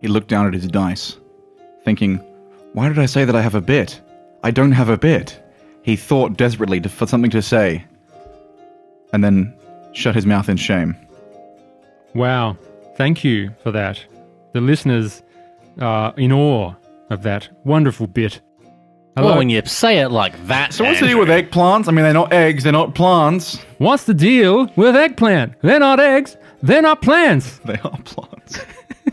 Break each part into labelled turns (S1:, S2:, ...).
S1: He looked down at his dice, thinking, Why did I say that I have a bit? I don't have a bit. He thought desperately to, for something to say, and then shut his mouth in shame.
S2: Wow. Thank you for that. The listeners are in awe of that wonderful bit. Hello.
S3: Well, when you say it like that,
S1: So, what's the deal
S3: Andrew,
S1: with eggplants? I mean, they're not eggs, they're not plants.
S2: What's the deal with eggplant? They're not eggs, they're not plants.
S1: They are plants.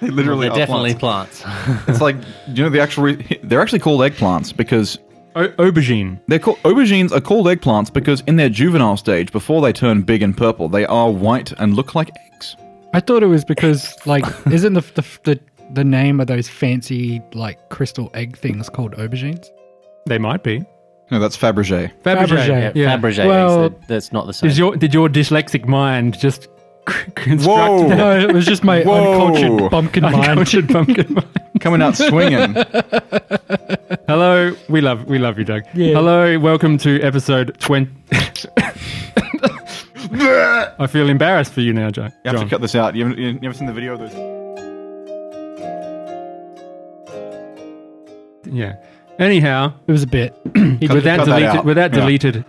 S1: they literally
S3: They're
S1: are
S3: definitely
S1: plants.
S3: plants.
S1: It's like, you know, the actual re- they're actually called eggplants because
S2: O- aubergine.
S1: They're called aubergines are called eggplants because in their juvenile stage, before they turn big and purple, they are white and look like eggs.
S4: I thought it was because, like, isn't the, the, the, the name of those fancy, like, crystal egg things called aubergines?
S2: They might be.
S1: No, that's Fabergé.
S2: Fabergé.
S4: Fabergé.
S2: Yeah.
S3: Fabergé eggs,
S4: Well-
S3: that- that's not the same.
S2: Is your, did your dyslexic mind just c- construct
S1: Whoa.
S2: that?
S4: No, it was just my
S1: Whoa.
S4: uncultured bumpkin mind.
S2: Uncultured pumpkin mind?
S1: Coming out swinging.
S2: Hello, we love we love you, Doug.
S4: Yeah.
S2: Hello, welcome to episode twenty. I feel embarrassed for you now, Jack.
S1: You have to
S2: John.
S1: cut this out. You haven't, you never seen the video of this?
S2: Yeah. Anyhow,
S4: It was a bit.
S2: with that
S1: cut that
S2: deleted
S1: out.
S2: with that
S1: Yeah.
S2: deleted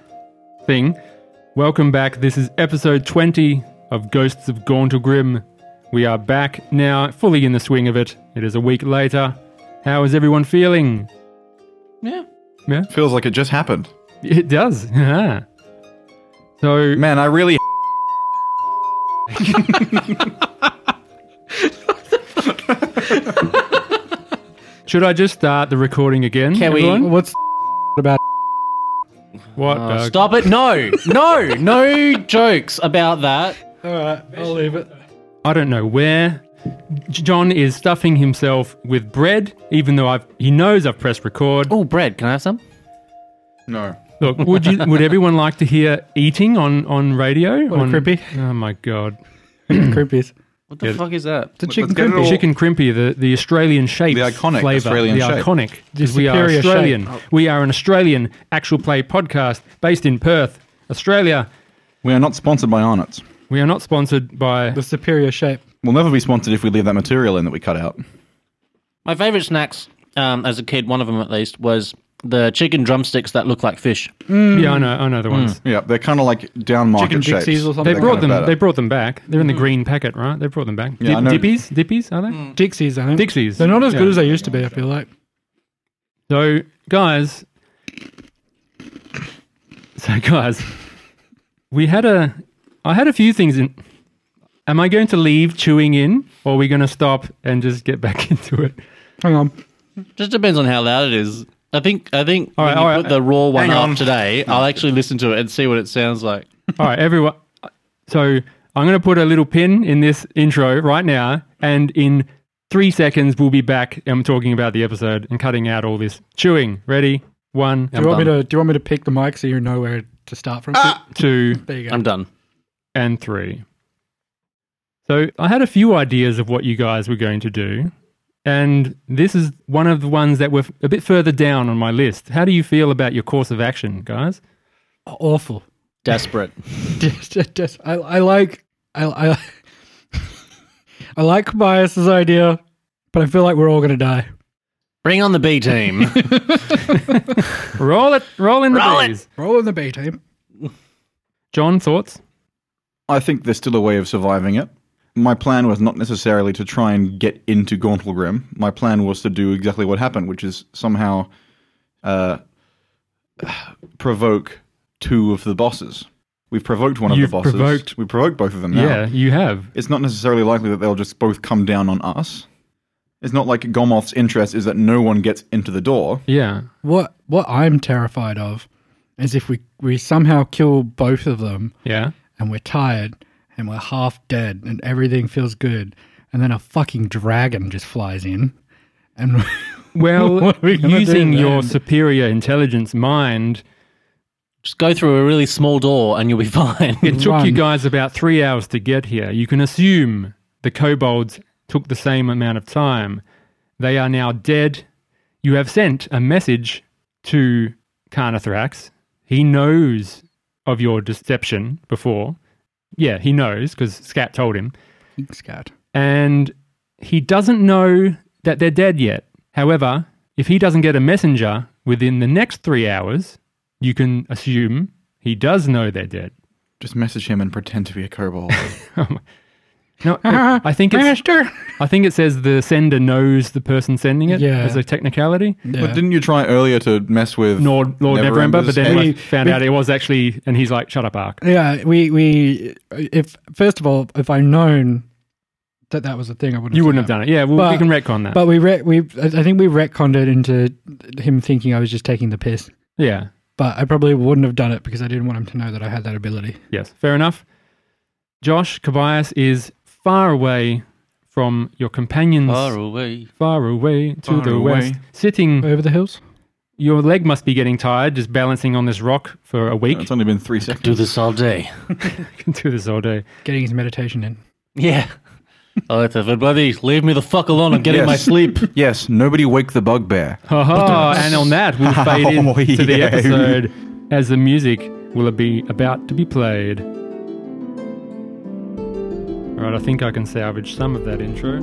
S2: thing, welcome back. This is episode twenty of Ghosts of Gauntlegrim. We are back now, fully in the swing of it. It is a week later. How is everyone feeling?
S3: yeah.
S1: Feels like it just happened.
S2: It does. Yeah. So
S1: Man, I really.
S2: should I just start the recording again?
S3: Can we-
S2: everyone?
S4: What's about?
S2: What?
S3: Oh,
S2: Doug?
S3: stop it. No, no, no jokes about that.
S4: All right, I'll leave it.
S2: I don't know where. J- John is stuffing himself with bread, even though I've, he knows I've pressed record.
S3: Oh, bread. Can I have some?
S1: No.
S2: Look, would you? Would everyone like to hear eating on on radio?
S4: a
S2: on,
S4: crimpy.
S2: Oh my god,
S4: Creepies.
S3: What the fuck is that?
S4: The chicken
S1: get it
S4: crimpy.
S1: all-
S2: chicken crimpy, the the Australian shape,
S1: The iconic
S2: flavor,
S1: Australian
S2: the
S1: shape.
S2: iconic. 'cause
S4: The
S2: we are
S4: superior shape.
S2: Australian.
S1: Oh.
S2: We are an Australian actual play podcast based in Perth, Australia.
S1: We are not sponsored by Arnott's.
S2: We are not sponsored by.
S4: The superior shape.
S1: We'll never be sponsored if we leave that material in that we cut out.
S3: My favorite snacks um, as a kid, one of them at least, was the chicken drumsticks that look like fish.
S1: Mm.
S2: Yeah, I know, I know the ones.
S1: Yeah, they're kind of like down market
S4: Chicken
S1: shapes.
S4: Dixies or
S2: They
S4: something.
S1: They're
S2: brought
S1: kinda
S2: them.
S1: better.
S2: They brought them back. They're in the green packet, right? They brought them back.
S1: Mm. Yeah, I know. Mm.
S2: Dip- Dippies, Dippies, are they?
S4: Dixies, I think.
S2: Dixies.
S4: They're not as
S2: Yeah.
S4: good as they used to be, I feel like.
S2: So, guys, so guys, we had a. I had a few things in. Am I going to leave chewing in, or are we going to stop and just get back into it?
S4: Hang on.
S3: Just depends on how loud it is. I think I think
S2: All
S3: when
S2: right,
S3: you
S2: all right.
S3: put the raw one
S1: Hang
S3: up
S1: on.
S3: today, I'll actually listen to it and see what it sounds like.
S2: All right, everyone. So I'm going to put a little pin in this intro right now, and in three seconds we'll be back. and I'm talking about the episode and cutting out all this chewing. Ready? One,
S4: Do you, want me to, do you want me to pick the mic so you know where to start from?
S2: Ah! two,
S4: There you go.
S3: I'm done.
S2: and three. So I had a few ideas of what you guys were going to do, and this is one of the ones that were f- a bit further down on my list. How do you feel about your course of action, guys?
S4: Awful.
S3: Desperate.
S4: Just- just- just- I, I like I, I, I like Tobias's idea, but I feel like we're all gonna die.
S3: Bring on the B team.
S2: Roll it, roll in the
S3: Roll it!
S2: breeze.
S4: Roll in the B team.
S2: John, thoughts?
S1: I think there's still a way of surviving it. My plan was not necessarily to try and get into Gauntlegrim. My plan was to do exactly what happened, which is somehow uh, provoke two of the bosses. We've provoked one
S2: You've
S1: of the bosses.
S2: provoked-
S1: we provoked both of them now.
S2: Yeah, you have.
S1: It's not necessarily likely that they'll just both come down on us. It's not like Gomoth's interest is that no one gets into the door.
S2: Yeah.
S4: What what I'm terrified of is if we we somehow kill both of them
S2: Yeah.
S4: and we're tired and we're half dead and everything feels good, and then a fucking dragon just flies in, and
S2: Well,
S4: What are we gonna do
S2: using your
S4: then?
S2: superior intelligence mind,
S3: Just go through a really small door and you'll be fine.
S2: it took you
S4: Run.
S2: guys about three hours to get here. You can assume the kobolds took the same amount of time. They are now dead. You have sent a message to Carnathrax. He knows of your deception before. Yeah, he knows because Scat told him.
S4: scat.
S2: And He doesn't know that they're dead yet. However, if he doesn't get a messenger within the next three hours, you can assume he does know they're dead.
S1: Just message him and pretend to be a kobold.
S2: No, I think it's, I think it says the sender knows the person sending it
S4: Yeah.
S2: as a technicality.
S4: Yeah.
S1: But didn't you try earlier to mess with
S2: Lord, Lord Neverember, but
S1: Neverember's
S2: then we
S1: head?
S2: found out it was actually, and he's like, "Shut up, Ark."
S4: Yeah, we we if first of all, if I'd known that that was a thing, I wouldn't.
S2: You wouldn't have done it. Yeah, well, we
S4: But-
S2: can retcon that.
S4: But we re- we I I think we retconned it into him thinking I was just taking the piss.
S2: yeah,
S4: But I probably wouldn't have done it because I didn't want him to know that I had that ability.
S2: yes, fair enough. Josh Kobayas is far away from your companions,
S3: Far
S2: far,
S3: away.
S2: away to
S1: Far
S2: the
S1: away.
S2: west, sitting.
S4: Over the hills.
S2: Your leg must be getting tired just balancing on this rock for a week.
S1: It's only been three seconds.
S3: Do this all day.
S2: can do this all day.
S4: getting his meditation in.
S3: Yeah. oh, it's everybody, leave me the fuck alone. I'm getting my
S1: Yes.
S3: sleep.
S1: Yes, nobody wake the bugbear.
S2: Ha-ha, and on that, we'll fade in
S1: Oh,
S2: to the
S1: yeah.
S2: episode as the music will be about to be played. All right, I think I can salvage some of that intro.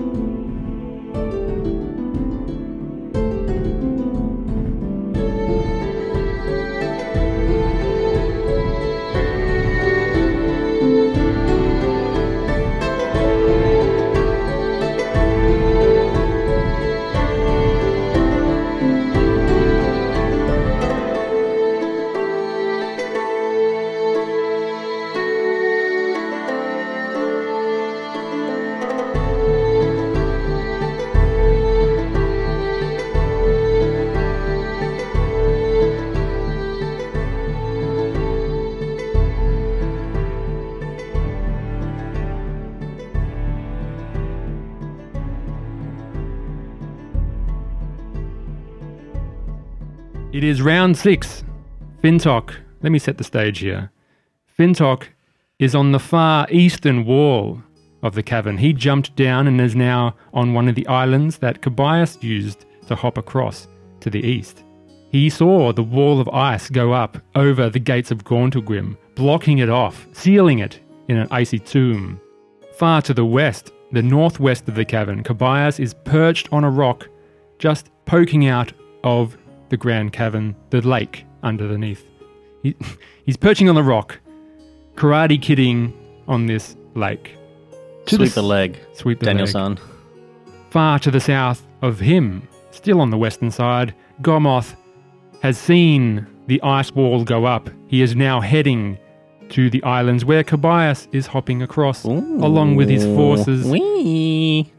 S2: It is round six. Fintok, let me set the stage here. Fintok is on the far eastern wall of the cavern. He jumped down and is now on one of the islands that Cobias used to hop across to the east. He saw the wall of ice go up over the gates of Gauntlegrim, blocking it off, sealing it in an icy tomb. Far to the west, the northwest of the cavern, Cobias is perched on a rock just poking out of the grand cavern, the lake underneath. He, he's perching on the rock, karate kidding on this lake. To
S3: Sweep
S2: s-
S3: the leg,
S2: Sweep the
S3: Daniel
S2: leg.
S3: san.
S2: Far to the south of him, still on the western side, Gomoth has seen the ice wall go up. He is now heading to the islands where Cobias is hopping across along with his forces.
S3: Wee.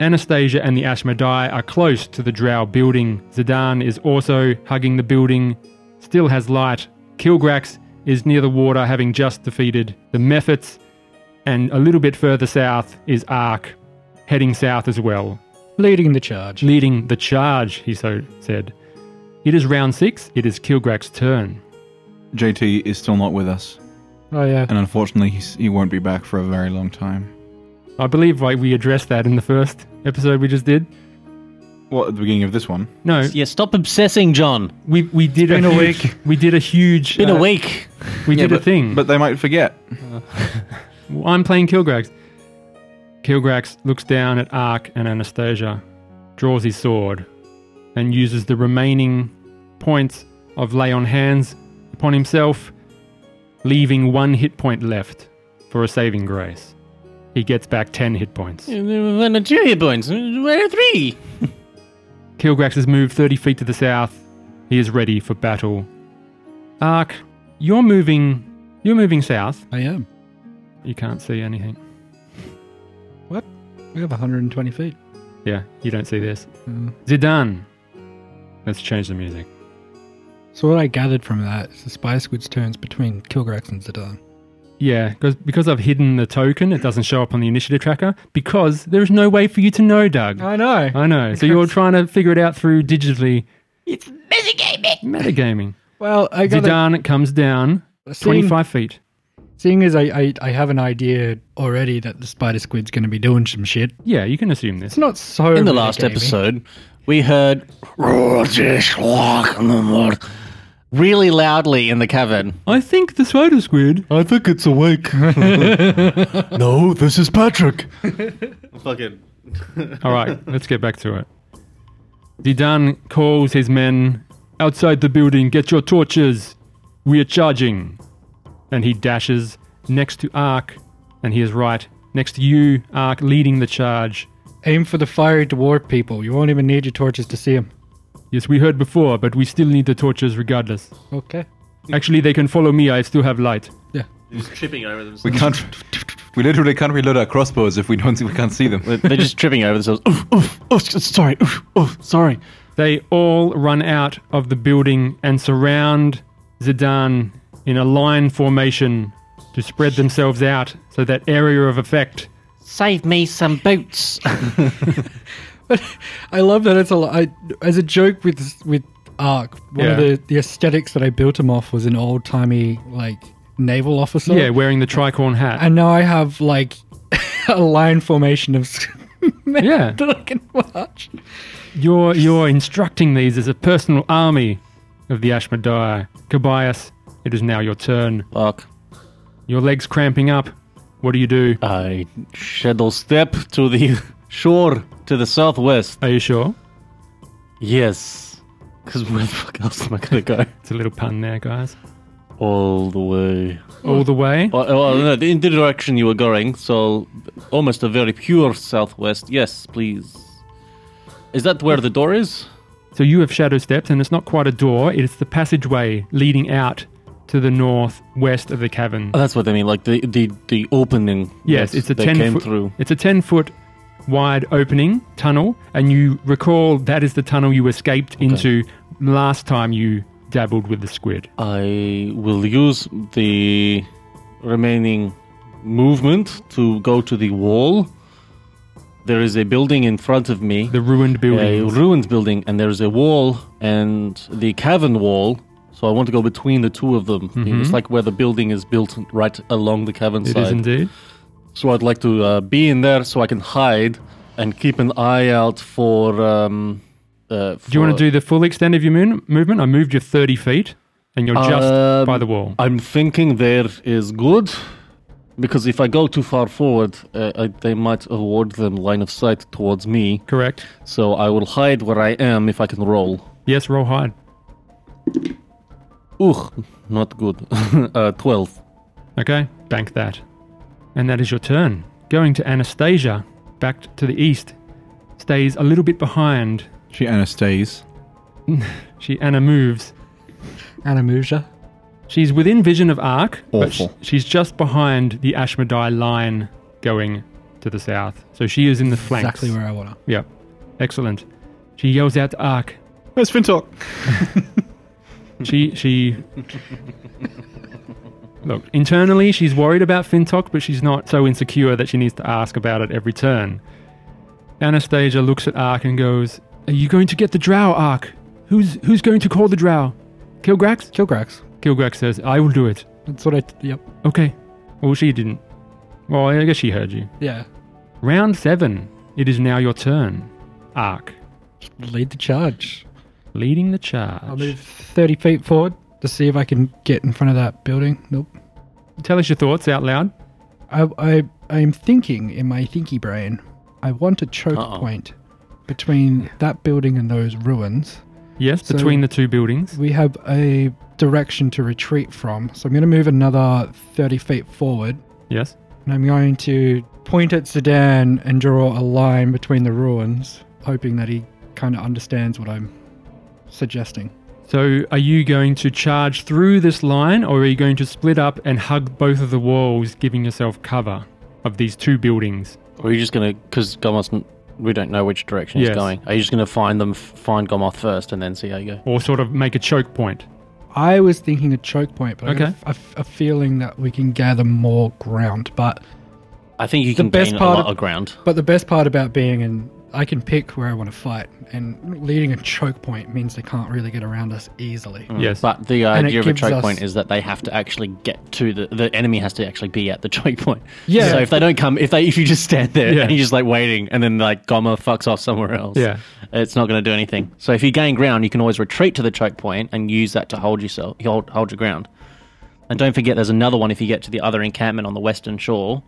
S2: Anastasia and the Ashmedai are close to the Drow building. Zidane is also hugging the building, still has light. Kilgrax is near the water, having just defeated the Mephits. And a little bit further south is Ark, heading south as well,
S4: Leading the charge.
S2: leading the charge, he so said. It is round six, it is Kilgrax's turn.
S1: JT is still not with us,
S4: Oh yeah.
S1: and unfortunately, he's, he won't be back for a very long time.
S2: I believe like, we addressed that in the first episode we just did.
S1: Well, at the beginning of this one,
S2: No,
S3: Yeah, stop obsessing, John.
S2: we, we did
S4: been
S2: a,
S4: a
S2: huge,
S4: week.
S2: We did a huge.
S3: Been
S2: uh,
S3: a week.
S2: We did a
S1: but,
S2: thing.
S1: but they might forget.
S2: Well, I'm playing Kilgrax. Kilgrax looks down at Ark and Anastasia, draws his sword, and uses the remaining points of lay on hands upon himself, leaving one hit point left for a saving grace. He gets back 10 hit points.
S3: One or two hit points. One or three.
S2: Kilgrax has moved 30 feet to the south. He is ready for battle. Ark, you're moving. You're moving south.
S4: I am.
S2: You can't see anything.
S4: We have 120 feet. Mm.
S2: Yeah, you don't see this. Zidane. Let's change the music.
S4: So what I gathered from that is the spy squid's turns between Kilgrax and Zidane.
S2: Yeah, because because I've hidden the token, it doesn't show up on the initiative tracker because there is no way for you to know, Doug.
S4: I know.
S2: I know. So you're trying to figure it out through digitally
S3: It's metagaming.
S2: metagaming.
S4: Well, I got
S2: Zidane comes down
S4: seeing,
S2: 25 feet.
S4: seeing as I, I I have an idea already that the spider squid's going to be doing some shit.
S2: Yeah, you can assume this.
S4: It's not so.
S3: In the last
S4: metagamey.
S3: episode, we heard really loudly in the cavern.
S2: I think the spider squid.
S5: I think it's awake. no, this is Patrick.
S3: Fucking
S2: All right, let's get back to it. Didan calls his men outside the building, get your torches. We are charging. And he dashes next to Ark, and he is right next to you, Ark, leading the charge.
S4: Aim for the fiery dwarf people. You won't even need your torches to see them.
S2: Yes, we heard before, but we still need the torches regardless.
S4: Okay.
S2: Actually, they can follow me, I still have light.
S6: Just tripping over themselves.
S1: We can't. We literally can't reload our crossbows if we don't. see- We can't see them.
S7: They're just tripping over themselves. Oof, oof, oh, sorry. Oof, oh, sorry.
S2: They all run out of the building and surround Zidane in a line formation to spread themselves out so that area of effect.
S7: Save me some boots.
S4: But I love that it's a lot. I, as a joke with with Ark, one of
S2: Yeah.
S4: the, the aesthetics that I built him off was an old timey like naval officer.
S2: Yeah, wearing the tricorn hat.
S4: And now I have like a line formation of men
S2: Yeah.
S4: that I can watch.
S2: You're you're instructing these as a personal army of the Ashmadiah. Kobayas, it is now your turn.
S7: Fuck.
S2: Your legs cramping up. What do you do?
S7: I shadow step to the shore to the southwest.
S2: Are you sure?
S7: Yes. Because where the fuck else am I going to go?
S2: It's a little pun there, guys.
S7: All the way.
S2: All the way.
S7: Well, well, no, in the direction you were going, so almost a very pure southwest. Yes, please. Is that where the door is?
S2: So you have shadow stepped, and it's not quite a door. It's the passageway leading out to the northwest of the cavern.
S7: Oh, that's what I mean, like the the, the opening.
S2: Yes,
S7: that
S2: it's a
S7: they
S2: ten
S7: came
S2: foot.
S7: through.
S2: It's a ten foot wide opening tunnel, and you recall that is the tunnel you escaped into last time you dabbled with the squid.
S7: I will use the remaining movement to go to the wall. There is a building in front of me,
S2: The ruined
S7: a
S2: building.
S7: ruined building, and there is a wall and the cavern wall. So I want to go between the two of them. It's like where the building is built right along the cavern
S2: Mm-hmm. It
S7: side.
S2: is indeed.
S7: So I'd like to uh, be in there so I can hide and keep an eye out for. Um, uh,
S2: Do you want to do the full extent of your moon movement? I moved you 30 feet, and you're just
S7: Um,
S2: by the wall.
S7: I'm thinking there is good because if I go too far forward, uh, I, they might award them line of sight towards me.
S2: Correct.
S7: So I will hide where I am if I can roll.
S2: Yes, roll hide.
S7: Ugh, not good. uh, Twelve.
S2: Okay, bank that. And that is your turn. Going to Anastasia, back to the east, stays a little bit behind.
S1: She Anna stays.
S2: She Anna moves.
S4: Anamuja.
S2: She's within vision of Ark, but sh-
S1: Awful.
S2: she's just behind the Ashmedai line going to the south. So she is in the flanks.
S4: Exactly where I want to.
S2: Yep. Excellent. She yells out to Ark.
S1: Where's Fintok?
S2: She she Look, internally she's worried about Fintok, but she's not so insecure that she needs to ask about it every turn. Anastasia looks at Ark and goes, "Are you going to get the drow, Ark? Who's who's going to call the drow? Kilgrax?"
S4: Kilgrax.
S2: Kilgrax says, "I will do it."
S4: That's what I. Yep.
S2: Okay. Well, she didn't. Well, I guess she heard you.
S4: Yeah.
S2: Round 7. It is now your turn. Ark
S4: Lead the charge.
S2: leading the charge.
S4: I'll move 30 feet forward to see if I can get in front of that building. Nope.
S2: Tell us your thoughts out loud.
S4: I, I I'm thinking in my thinky brain. I want a choke
S7: Uh-oh.
S4: point between that building and those ruins.
S2: Yes,
S4: So-
S2: between the two buildings.
S4: We have a direction to retreat from, so I'm going to move another 30 feet forward,
S2: Yes.
S4: and I'm going to point at Sedan and draw a line between the ruins, hoping that he kind of understands what I'm suggesting.
S2: So, are you going to charge through this line or are you going to split up and hug both of the walls, giving yourself cover of these two buildings?
S7: Or are you just gonna? Because Gomoth, we don't know which direction
S2: Yes.
S7: he's going. Are you just gonna find them, f- find Gomoth first, and then see how you go?
S2: Or sort of make a choke point?
S4: I was thinking a choke point, but I
S2: Okay.
S4: got a, f- a feeling that we can gather more ground, but
S7: I think you
S4: The
S7: can
S4: best
S7: gain a
S4: part
S7: lot
S4: of-
S7: of ground.
S4: But the best part about being in, I can pick where I want to fight, and leading a choke point means they can't really get around us easily.
S2: Yes.
S7: But the uh,
S4: And it
S7: idea of a
S4: gives
S7: choke
S4: us-
S7: point is that they have to actually get to the the enemy has to actually be at the choke point.
S4: Yeah.
S7: So if they don't come, if they if you just stand there
S2: Yeah.
S7: and you're just like waiting, and then like Goma fucks off somewhere else,
S2: Yeah.
S7: it's not going to do anything. So if you gain ground, you can always retreat to the choke point and use that to hold yourself hold hold your ground. And don't forget, there's another one if you get to the other encampment on the western shore.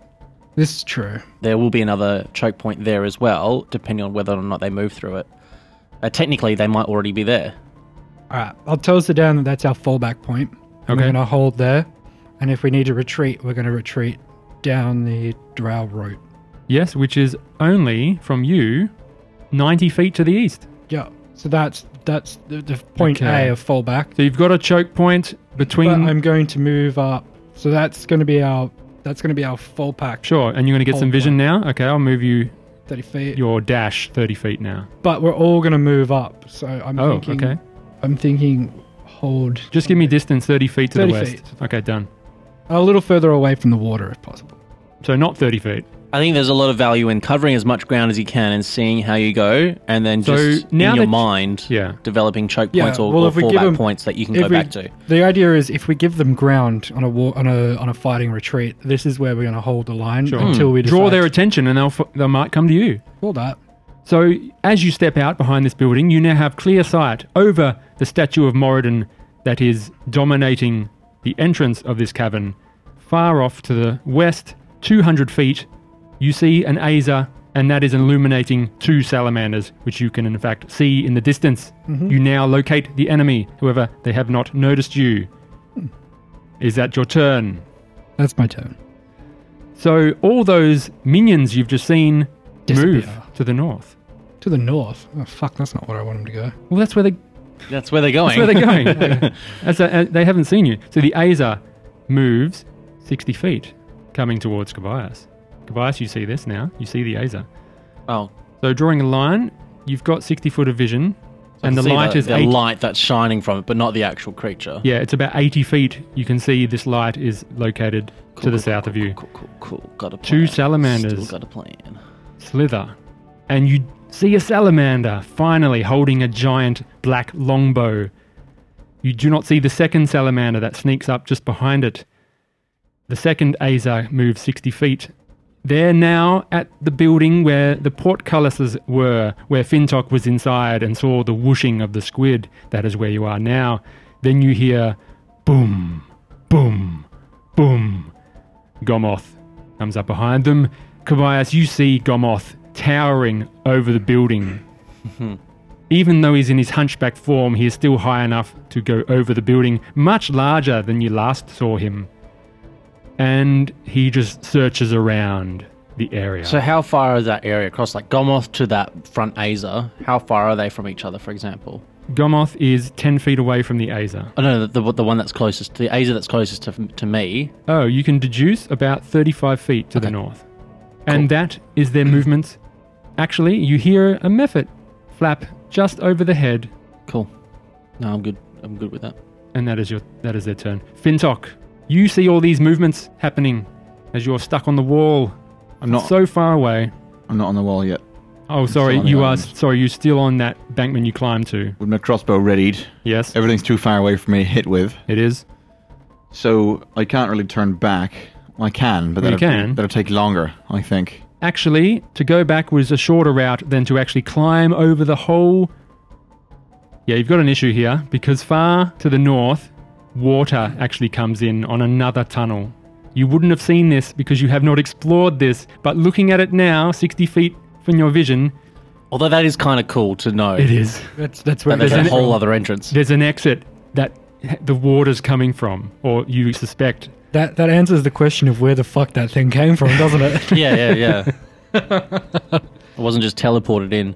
S4: This is true.
S7: There will be another choke point there as well, depending on whether or not they move through it. Uh, technically, they might already be there.
S4: All right. I'll tell Sedan that that's our fallback point. We're
S2: Okay.
S4: going to hold there. And if we need to retreat, we're going to retreat down the drow route.
S2: Yes, which is only from you 90 feet to the east.
S4: Yeah. So that's that's the, the point
S2: Okay.
S4: A of fallback.
S2: So you've got a choke point
S4: But
S2: between.
S4: I'm going to move up. So that's going to be our that's going to be our full pack.
S2: sure, and you're going to get some
S4: Hold
S2: vision now. Okay, I'll move you
S4: Thirty feet.
S2: your dash 30 feet now.
S4: But we're all going to move up. So I'm
S2: Oh,
S4: thinking.
S2: okay.
S4: I'm thinking. Hold.
S2: Just give me distance 30 feet to
S4: 30
S2: the west.
S4: feet.
S2: Okay, done.
S4: a little further away from the water, if possible.
S2: So not 30 feet.
S7: I think there's a lot of value in covering as much ground as you can and seeing how you go, and then
S2: So
S7: just
S2: now
S7: in your
S2: that-
S7: mind,
S2: Yeah.
S7: developing choke
S4: Yeah,
S7: points or,
S4: well,
S7: or
S4: if we give
S7: fallback
S4: 'em-
S7: points that you can
S4: if
S7: go
S4: we-
S7: back to.
S4: The idea is if we give them ground on a war, on a on a fighting retreat, this is where we're going to hold the line
S2: Sure. Hmm.
S4: until we
S2: Draw
S4: decide
S2: their
S4: to
S2: attention and they'll, f- they might come to you.
S4: call that.
S2: So, as you step out behind this building, you now have clear sight over the statue of Moradin that is dominating the entrance of this cavern. Far off to the west, 200 feet, you see an Azer, and that is illuminating two salamanders, which you can in fact see in the distance. You now locate the enemy, however, they have not noticed you. Is that your turn?
S4: That's my turn.
S2: So, all those minions you've just seen move
S4: Disappear.
S2: to the north.
S4: To the north. Oh fuck, that's not where I want them to go.
S2: Well, that's where they
S7: That's where they're going.
S2: That's where they're going. Yeah. That's a, uh, they haven't seen you. So the Azer moves 60 feet, coming towards Kobayas. Kobayas, you see this now. You see the Azer.
S7: oh,
S2: So drawing a line, you've got 60 foot of vision,
S7: I
S2: and the
S7: see
S2: light
S7: the,
S2: is
S7: the
S2: 80
S7: light that's shining from it, but not the actual creature.
S2: Yeah, it's about 80 feet. You can see this light is located to the south of you.
S7: Cool, cool, cool. Got a plan.
S2: Two salamanders.
S7: Still got a plan.
S2: slither, and you see a salamander finally holding a giant black longbow. You do not see the second salamander that sneaks up just behind it. The second Azer moves 60 feet. They're now at the building where the portcullises were, where Fintok was inside and saw the whooshing of the squid. That is where you are now. Then you hear boom, boom, boom. Gomoth comes up behind them. Kobayas, you see Gomoth towering over the building. Even though he's in his hunchback form, he is still high enough to go over the building, much larger than you last saw him. And he just searches around the area.
S7: So how far is that area across? Like Gomoth to that front Azer. How far are they from each other, for example?
S2: Gomoth is 10 feet away from the Azer.
S7: Oh no, the, the one that's closest, the Azer that's closest to, to me.
S2: Oh, you can deduce about 35 feet to the
S7: Okay.
S2: north. And that is their movement. Actually, you hear a mephit flap just over the head
S7: Cool. No, I'm good. I'm good with that.
S2: And that is your that is their turn. Fintok, you see all these movements happening as you're stuck on the wall,
S1: I'm not.
S2: so far away.
S1: I'm not on the wall yet.
S2: Oh, sorry,
S1: still on the
S2: you are
S1: island.
S2: sorry, you're still on that bankman you climbed to.
S1: With my crossbow readied,
S2: Yes,
S1: everything's too far away for me to hit with,
S2: it is.
S1: so I can't really turn back. I can, but
S2: You
S1: that'll,
S2: can.
S1: that'll take longer, I think.
S2: Actually, to go back was a shorter route than to actually climb over the whole. Yeah, you've got an issue here because far to the north, water actually comes in on another tunnel. You wouldn't have seen this because you have not explored this, but looking at it now, 60 feet from your vision,
S7: Although that is kind of cool to know.
S2: it is.
S4: That's that's where
S7: But there's
S4: there's
S2: Isn't
S7: a
S2: it-
S7: whole other entrance.
S2: there's an exit that h- the water's coming from, or you suspect.
S4: that that answers the question of where the fuck that thing came from, doesn't it?
S7: yeah, yeah, yeah. I wasn't just teleported in.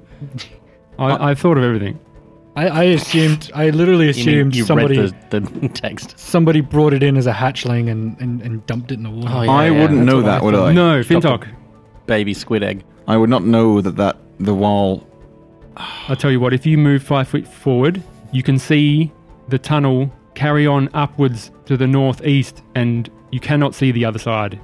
S2: I, I've thought of everything.
S4: I, I assumed I literally
S7: You, mean,
S4: assumed
S7: you read
S4: somebody
S7: the, the text.
S4: somebody brought it in as a hatchling and, and, and dumped it in the water.
S7: Oh, yeah.
S1: I wouldn't know that,
S4: that's what
S1: would
S4: I
S1: I?
S2: no,
S7: Stop
S2: Fintok.
S7: Baby squid egg.
S1: I would not know that, that the wall.
S2: I'll tell you what. If you move five feet forward, you can see the tunnel carry on upwards to the northeast, and you cannot see the other side.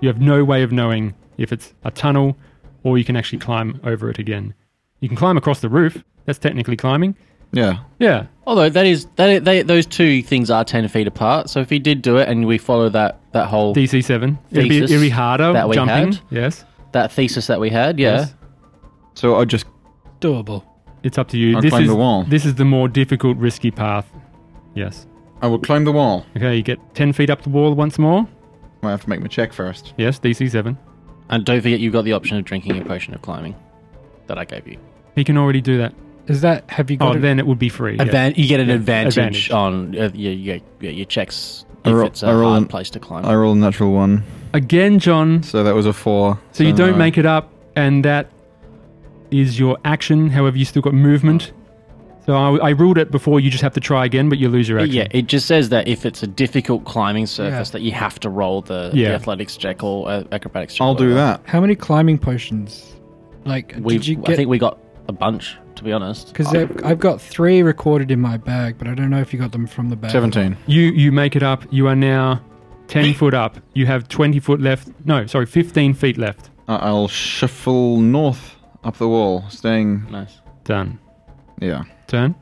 S2: You have no way of knowing if it's a tunnel, or you can actually climb over it again. You can climb across the roof. That's technically climbing.
S1: Yeah.
S2: Yeah.
S7: Although that is that they, those two things are ten feet apart. So if he did do it, and we follow that that whole
S2: DC seven. It'd be,
S7: Thesis
S2: it'd be harder
S7: that we
S2: jumping.
S7: had.
S2: Yes.
S7: that thesis that we had, yeah,
S2: Yes.
S1: So I just
S4: doable.
S2: It's up to you.
S1: I'll
S2: this
S1: climb
S2: is
S1: the wall.
S2: this is the more difficult, risky path. Yes.
S1: I will climb the wall.
S2: Okay, you get ten feet up the wall once more.
S1: I have to make my check first.
S2: Yes, DC seven.
S7: And don't forget, you've got the option of drinking a potion of climbing that I gave you.
S2: He can already do that.
S4: Is that have you
S2: Oh,
S4: got it?
S2: then it would be free. yeah.
S7: Advan- you get an advantage,
S2: advantage.
S7: on uh, your, your, your, your checks
S1: I
S7: if
S1: roll-
S7: it's a
S1: I roll
S7: hard
S1: an-
S7: place to climb.
S1: I roll a natural one,
S2: Again, John.
S1: so that was a four. Uh,
S2: So you don't
S1: no.
S2: make it up, and that is your action. However, you still got movement. So I, I ruled it before. You just have to try again, but you lose your action.
S7: yeah, it just says that if it's a difficult climbing surface,
S4: Yeah.
S7: that you have to roll the,
S2: Yeah.
S7: the athletics check or uh, acrobatics check.
S1: I'll do that.
S4: How many climbing potions? Like,
S7: We,
S4: did you
S7: I
S4: get?
S7: think we got a bunch, to be honest.
S4: Because I've, I've got three recorded in my bag, but I don't know if you got them from the bag.
S1: Seventeen.
S2: You you make it up. You are now ten foot up. You have twenty foot left. No, sorry, fifteen feet left.
S1: I I'll shuffle north up the wall, staying.
S7: Nice.
S2: Done.
S1: Yeah,
S2: Turn.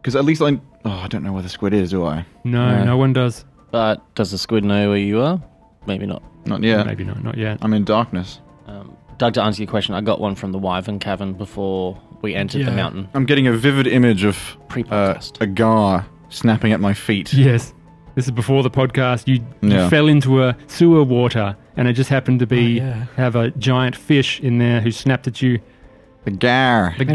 S1: because at least I. Oh, I don't know where the squid is, do I?
S2: No,
S7: No.
S2: no one does.
S7: But does the squid know where you are? Maybe not.
S1: Not yet.
S2: Maybe not. Not yet.
S1: I'm in darkness.
S7: Um, Doug, to answer your question, I got one from the Wyvern Cavern before we entered
S4: Yeah.
S7: the mountain.
S1: I'm getting a vivid image of uh,
S7: Pre-podcast.
S1: a gar snapping at my feet.
S2: Yes. This is before the podcast. You,
S1: Yeah.
S2: you fell into a sewer water, and it just happened to be
S4: Oh, yeah.
S2: have a giant fish in there who snapped at you.
S1: The gar.
S2: The
S1: The
S2: gar.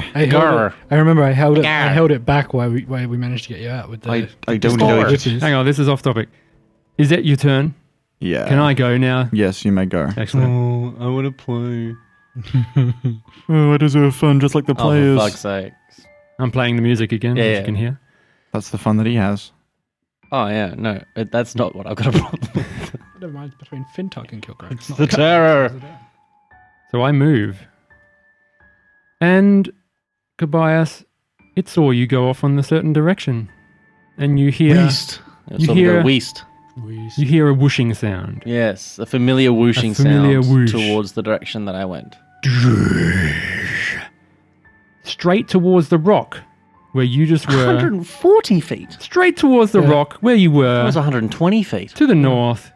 S1: gar.
S4: I, held
S7: Grr.
S4: it, I remember I held it. I
S7: Grr.
S4: held it back while we while we managed to get you out with the.
S1: I, I don't
S4: the
S1: know.
S4: whippers.
S2: Hang on, this is off topic. Is that your turn?
S1: Yeah.
S2: Can I go now?
S1: Yes, you may go.
S2: Excellent.
S4: Mm.
S3: Oh, I want to play.
S1: Oh, I deserve fun just like the
S7: Oh, for fuck's sake.
S2: I'm playing the music again,
S7: Yeah,
S2: as
S7: yeah.
S2: you can hear.
S1: That's the fun that he has.
S7: Oh, yeah, no, it, that's not what I've got a problem with.
S4: Never mind between Fintuck and Kilgrave. It's
S3: The terror.
S2: So I move. And Kobayas, it saw you go off on a certain direction. And you hear
S3: Beast.
S7: It's
S2: You
S7: sort of
S2: hear-
S7: a wheest.
S2: you hear a whooshing sound.
S7: Yes, a familiar whooshing
S2: familiar
S7: sound
S2: whoosh.
S7: towards the direction that I went.
S2: Straight towards the rock where you just were.
S7: 140 feet.
S2: Straight towards the
S4: Yeah.
S2: rock where you
S7: That
S2: were.
S7: was 120 feet.
S2: To the north.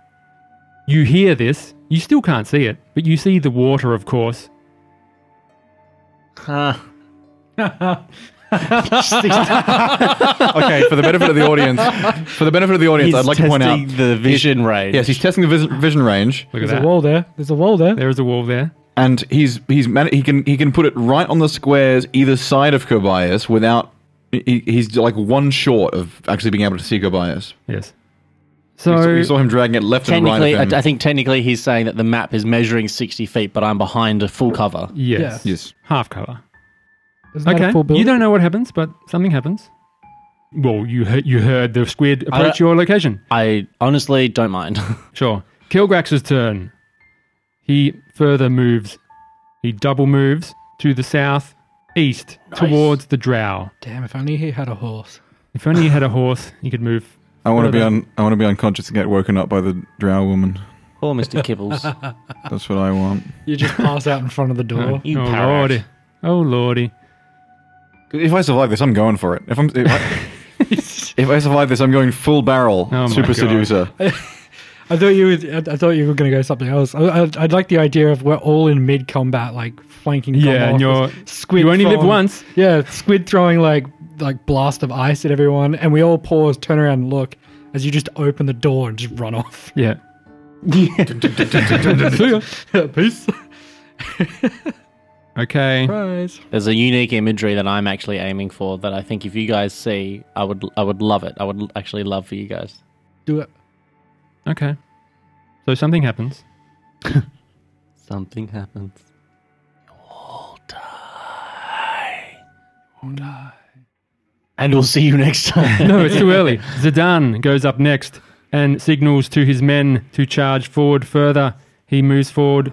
S2: You hear this. You still can't see it, but you see the water, of course.
S7: Huh.
S1: okay, for the benefit of the audience, for the benefit of the audience, I'd like to point out
S7: the vision range.
S1: Yes, he's testing the vis- vision range,
S2: Look at
S4: There's a
S2: that.
S4: wall there. There's a wall there.
S2: There is a wall there.
S1: and he's he's man- he can he can put it right on the squares either side of Kobayas without he, he's like one short of actually being able to see Kobayas.
S2: Yes.
S1: We saw-
S2: So
S1: we saw him dragging it left and right.
S7: Technically,
S1: Of him.
S7: I, I think technically he's saying that the map is measuring 60 feet, but I'm behind a full cover.
S2: yes,
S4: Yeah.
S1: yes,
S2: half cover.
S4: Isn't that a
S2: Okay,
S4: full building?
S2: you don't know what happens, but something happens. Well, you heard, you heard the squid approach
S7: don't-
S2: your location.
S7: I honestly don't mind.
S2: Sure. Kilgrax's turn. He further moves. He double moves to the south east towards the drow.
S4: Damn! If only he had a horse.
S2: If only he had a horse, he could move.
S1: I want to be
S2: Further.
S1: un, I want to be unconscious and get woken up by the drow woman.
S7: Poor Mr. Kibbles.
S1: That's what I want.
S4: You just pass out in front of the door.
S7: You
S2: oh
S7: parrot.
S2: lordy! Oh lordy!
S1: 'Cause If I survive this, I'm going for it. If I'm if I, if I survive this, I'm going full barrel,
S2: Oh my
S1: super
S2: God.
S1: seducer.
S4: I thought you would, I, I thought you were going to go something else. I, I, I'd like the idea of we're all in mid combat, like flanking.
S2: Yeah,
S4: combat
S2: and you're
S4: offers. squid.
S2: you only live
S4: throwing-
S2: once.
S4: Yeah, squid throwing like like blast of ice at everyone, and we all pause, turn around, and look as you just open the door and just run off.
S2: Yeah.
S4: See ya. Peace.
S2: Okay.
S4: Surprise.
S7: There's a unique imagery that I'm actually aiming for that I think if you guys see, I would I would love it. I would l- actually love for you guys.
S4: Do it.
S2: Okay. So something happens.
S7: Something happens. And we'll see you next time.
S2: No, it's too early. Zidane goes up next and signals to his men to charge forward further. He moves forward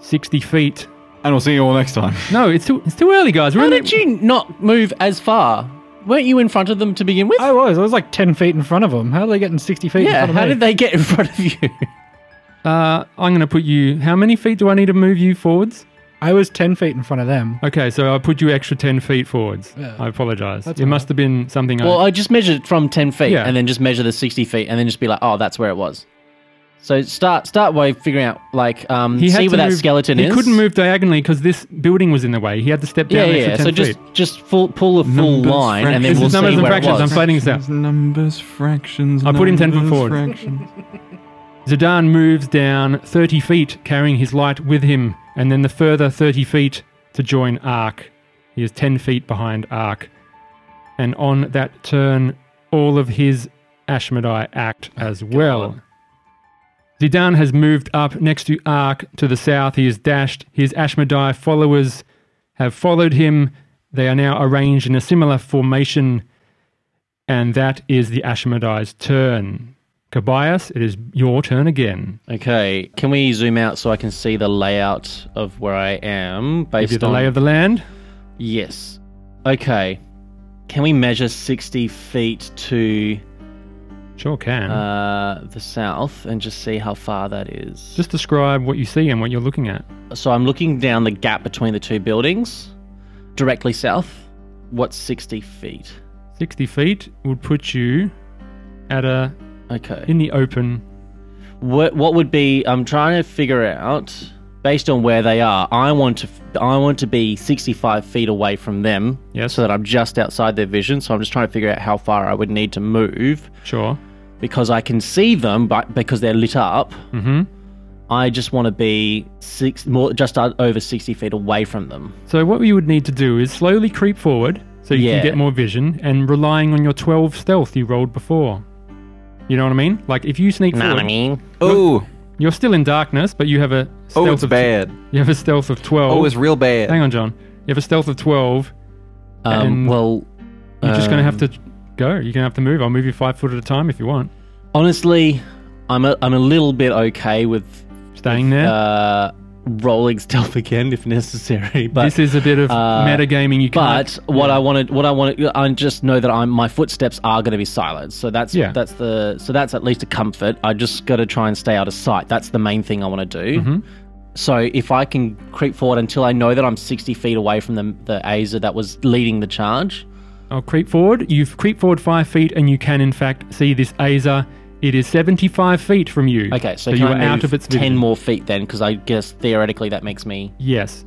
S2: 60 feet.
S1: And we'll see you all next time.
S2: No, it's too, it's too early, guys. We're
S7: Why
S2: in
S7: did
S2: the-
S7: you not move as far? Weren't you in front of them to begin with?
S4: I was. I was like ten feet in front of them. How are they getting sixty feet?
S7: yeah,
S4: In front of
S7: how
S4: me?
S7: did they get in front of you?
S2: uh, I'm going to put you. How many feet do I need to move you forwards?
S4: I was ten feet in front of them.
S2: Okay, so I put you extra 10 feet forwards.
S4: Yeah.
S2: I apologize.
S4: That's
S2: it
S4: all
S2: must have been something.
S7: Well,
S2: I,
S7: I just measured from 10 feet
S2: Yeah.
S7: and then just measure the 60 feet and then just be like, oh, that's where it was. So start start by figuring out, like, um,
S2: had
S7: see
S2: to
S7: where that
S2: move-
S7: skeleton
S2: he
S7: is.
S2: couldn't move diagonally because this building was in the way. He had to step
S7: Yeah,
S2: down
S7: yeah.
S2: extra
S7: yeah.
S2: 10
S7: So
S2: feet.
S7: just just full, pull a full
S1: Numbers,
S7: line and
S1: fractions.
S7: then
S2: this
S7: we'll
S2: is numbers
S7: see
S2: and
S7: where it
S2: fractions. I'm
S7: was.
S2: fighting this out.
S1: Numbers, fractions.
S2: I put in 10 foot
S1: numbers,
S2: forward.
S1: fractions.
S2: Zidane moves down 30 feet, carrying his light with him, and then the further 30 feet to join Ark. He is 10 feet behind Ark. And on that turn, all of his Ashmedai act as well. Zidane has moved up next to Ark to the south. He is dashed. His Ashmedai followers have followed him. They are now arranged in a similar formation, and that is the Ashmedai's turn. Kobayas, it is your turn again.
S7: Okay, can we zoom out so I can see the layout of where I am
S2: Give you
S7: based
S2: the
S7: on
S2: lay of the land.
S7: Yes. Okay. Can we measure 60 feet to
S2: Sure can.
S7: uh, the south and just see how far that is?
S2: Just describe what you see and what you're looking at.
S7: so I'm looking down the gap between the two buildings, directly south. What's 60 feet?
S2: 60 feet would put you at a
S7: Okay.
S2: in the open.
S7: what what would be I'm trying to figure out based on where they are. I want to f- I want to be 65 feet away from them
S2: Yes.
S7: so that I'm just outside their vision. So I'm just trying to figure out how far I would need to move
S2: Sure.
S7: because I can see them but because they're lit up.
S2: hmm
S7: I just want to be six more just o- over 60 feet away from them.
S2: So what you would need to do is slowly creep forward so you
S7: Yeah.
S2: can get more vision and relying on your 12 stealth you rolled before. You know what I mean? Like if you sneak
S7: Know
S2: forward,
S7: what I mean?
S1: Oh,
S2: you're still in darkness, but you have a stealth
S1: oh, it's
S2: of
S1: bad.
S2: You have a stealth of 12.
S1: Oh, it's real bad.
S2: Hang on, John. You have a stealth of 12.
S7: Um,
S2: And-
S7: well,
S2: You're just going to have
S7: um,
S2: to go. You're going to have to move. I'll move you 5 foot at a time if you want.
S7: honestly I'm a, I'm a little bit okay with
S2: Staying there.
S7: uh, rolling stealth again if necessary. But
S2: this is a bit of
S7: uh,
S2: metagaming you can't
S7: but what I wanted, what I wanted, I just know that I'm my footsteps are going to be silent. So that's
S2: Yeah.
S7: that's the so that's at least a comfort. I just got to try and stay out of sight. That's the main thing I want to do.
S2: Mm-hmm.
S7: So if I can creep forward until I know that I'm 60 feet away from the the Azer that was leading the charge.
S2: I'll creep forward. You've creeped forward five feet, and you can in fact see this Azer. It is seventy-five feet from you.
S7: Okay, so,
S2: you
S7: can
S2: are
S7: I move
S2: out of its
S7: 10
S2: vision.
S7: more feet then, because I guess theoretically that makes me.
S2: Yes,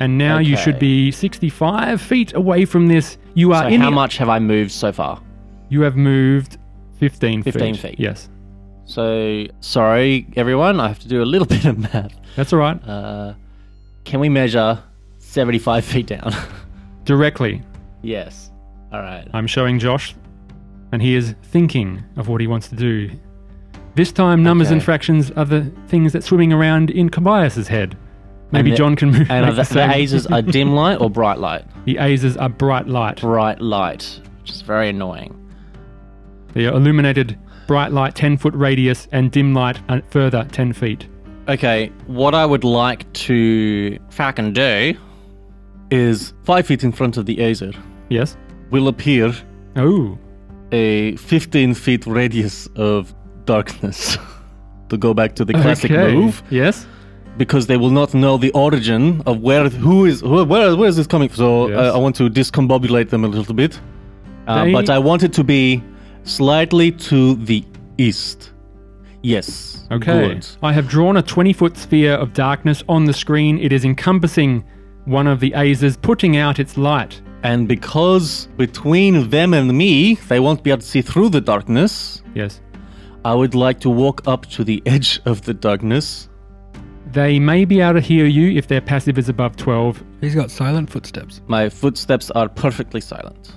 S2: and now you should
S7: Okay.
S2: be sixty-five feet away from this. You are
S7: So
S2: in.
S7: how
S2: the-
S7: much have I moved so far?
S2: You have moved fifteen.
S7: 15
S2: feet.
S7: feet.
S2: Yes,
S7: So sorry everyone, I have to do a little bit of math.
S2: that's all right.
S7: Uh, can we measure 75 feet down?
S2: Directly,
S7: yes. All right.
S2: I'm showing Josh, and he is thinking of what he wants to do. This time, numbers and
S7: Okay.
S2: fractions are the things that's swimming around in Kobayas's head. Maybe
S7: the-
S2: John can move.
S7: And
S2: make
S7: are the, the
S2: same.
S7: hazers are dim light or bright light?
S2: The Azers are bright light.
S7: Bright light, which is very annoying.
S2: They are illuminated bright light 10 foot radius and dim light a further 10 feet.
S7: Okay, what I would like to fucking do is
S3: Five feet in front of the Azer
S2: Yes?
S3: will appear
S2: Oh,
S3: a 15 feet radius of darkness. to go back to the classic
S2: okay.
S3: move,
S2: Yes?
S3: because they will not know the origin of where who is who, where where is this coming from. So
S2: Yes.
S3: uh, I want to discombobulate them a little bit, uh,
S2: They-
S3: but I want it to be slightly to the east. Yes.
S2: Okay.
S3: Good.
S2: I have drawn a 20 foot sphere of darkness on the screen. It is encompassing one of the Azers, putting out its light.
S3: And because between them and me, they won't be able to see through the darkness,
S2: Yes.
S3: I would like to walk up to the edge of the darkness.
S2: They may be able to hear you if their passive is above 12.
S4: He's got silent footsteps.
S7: my footsteps are perfectly silent.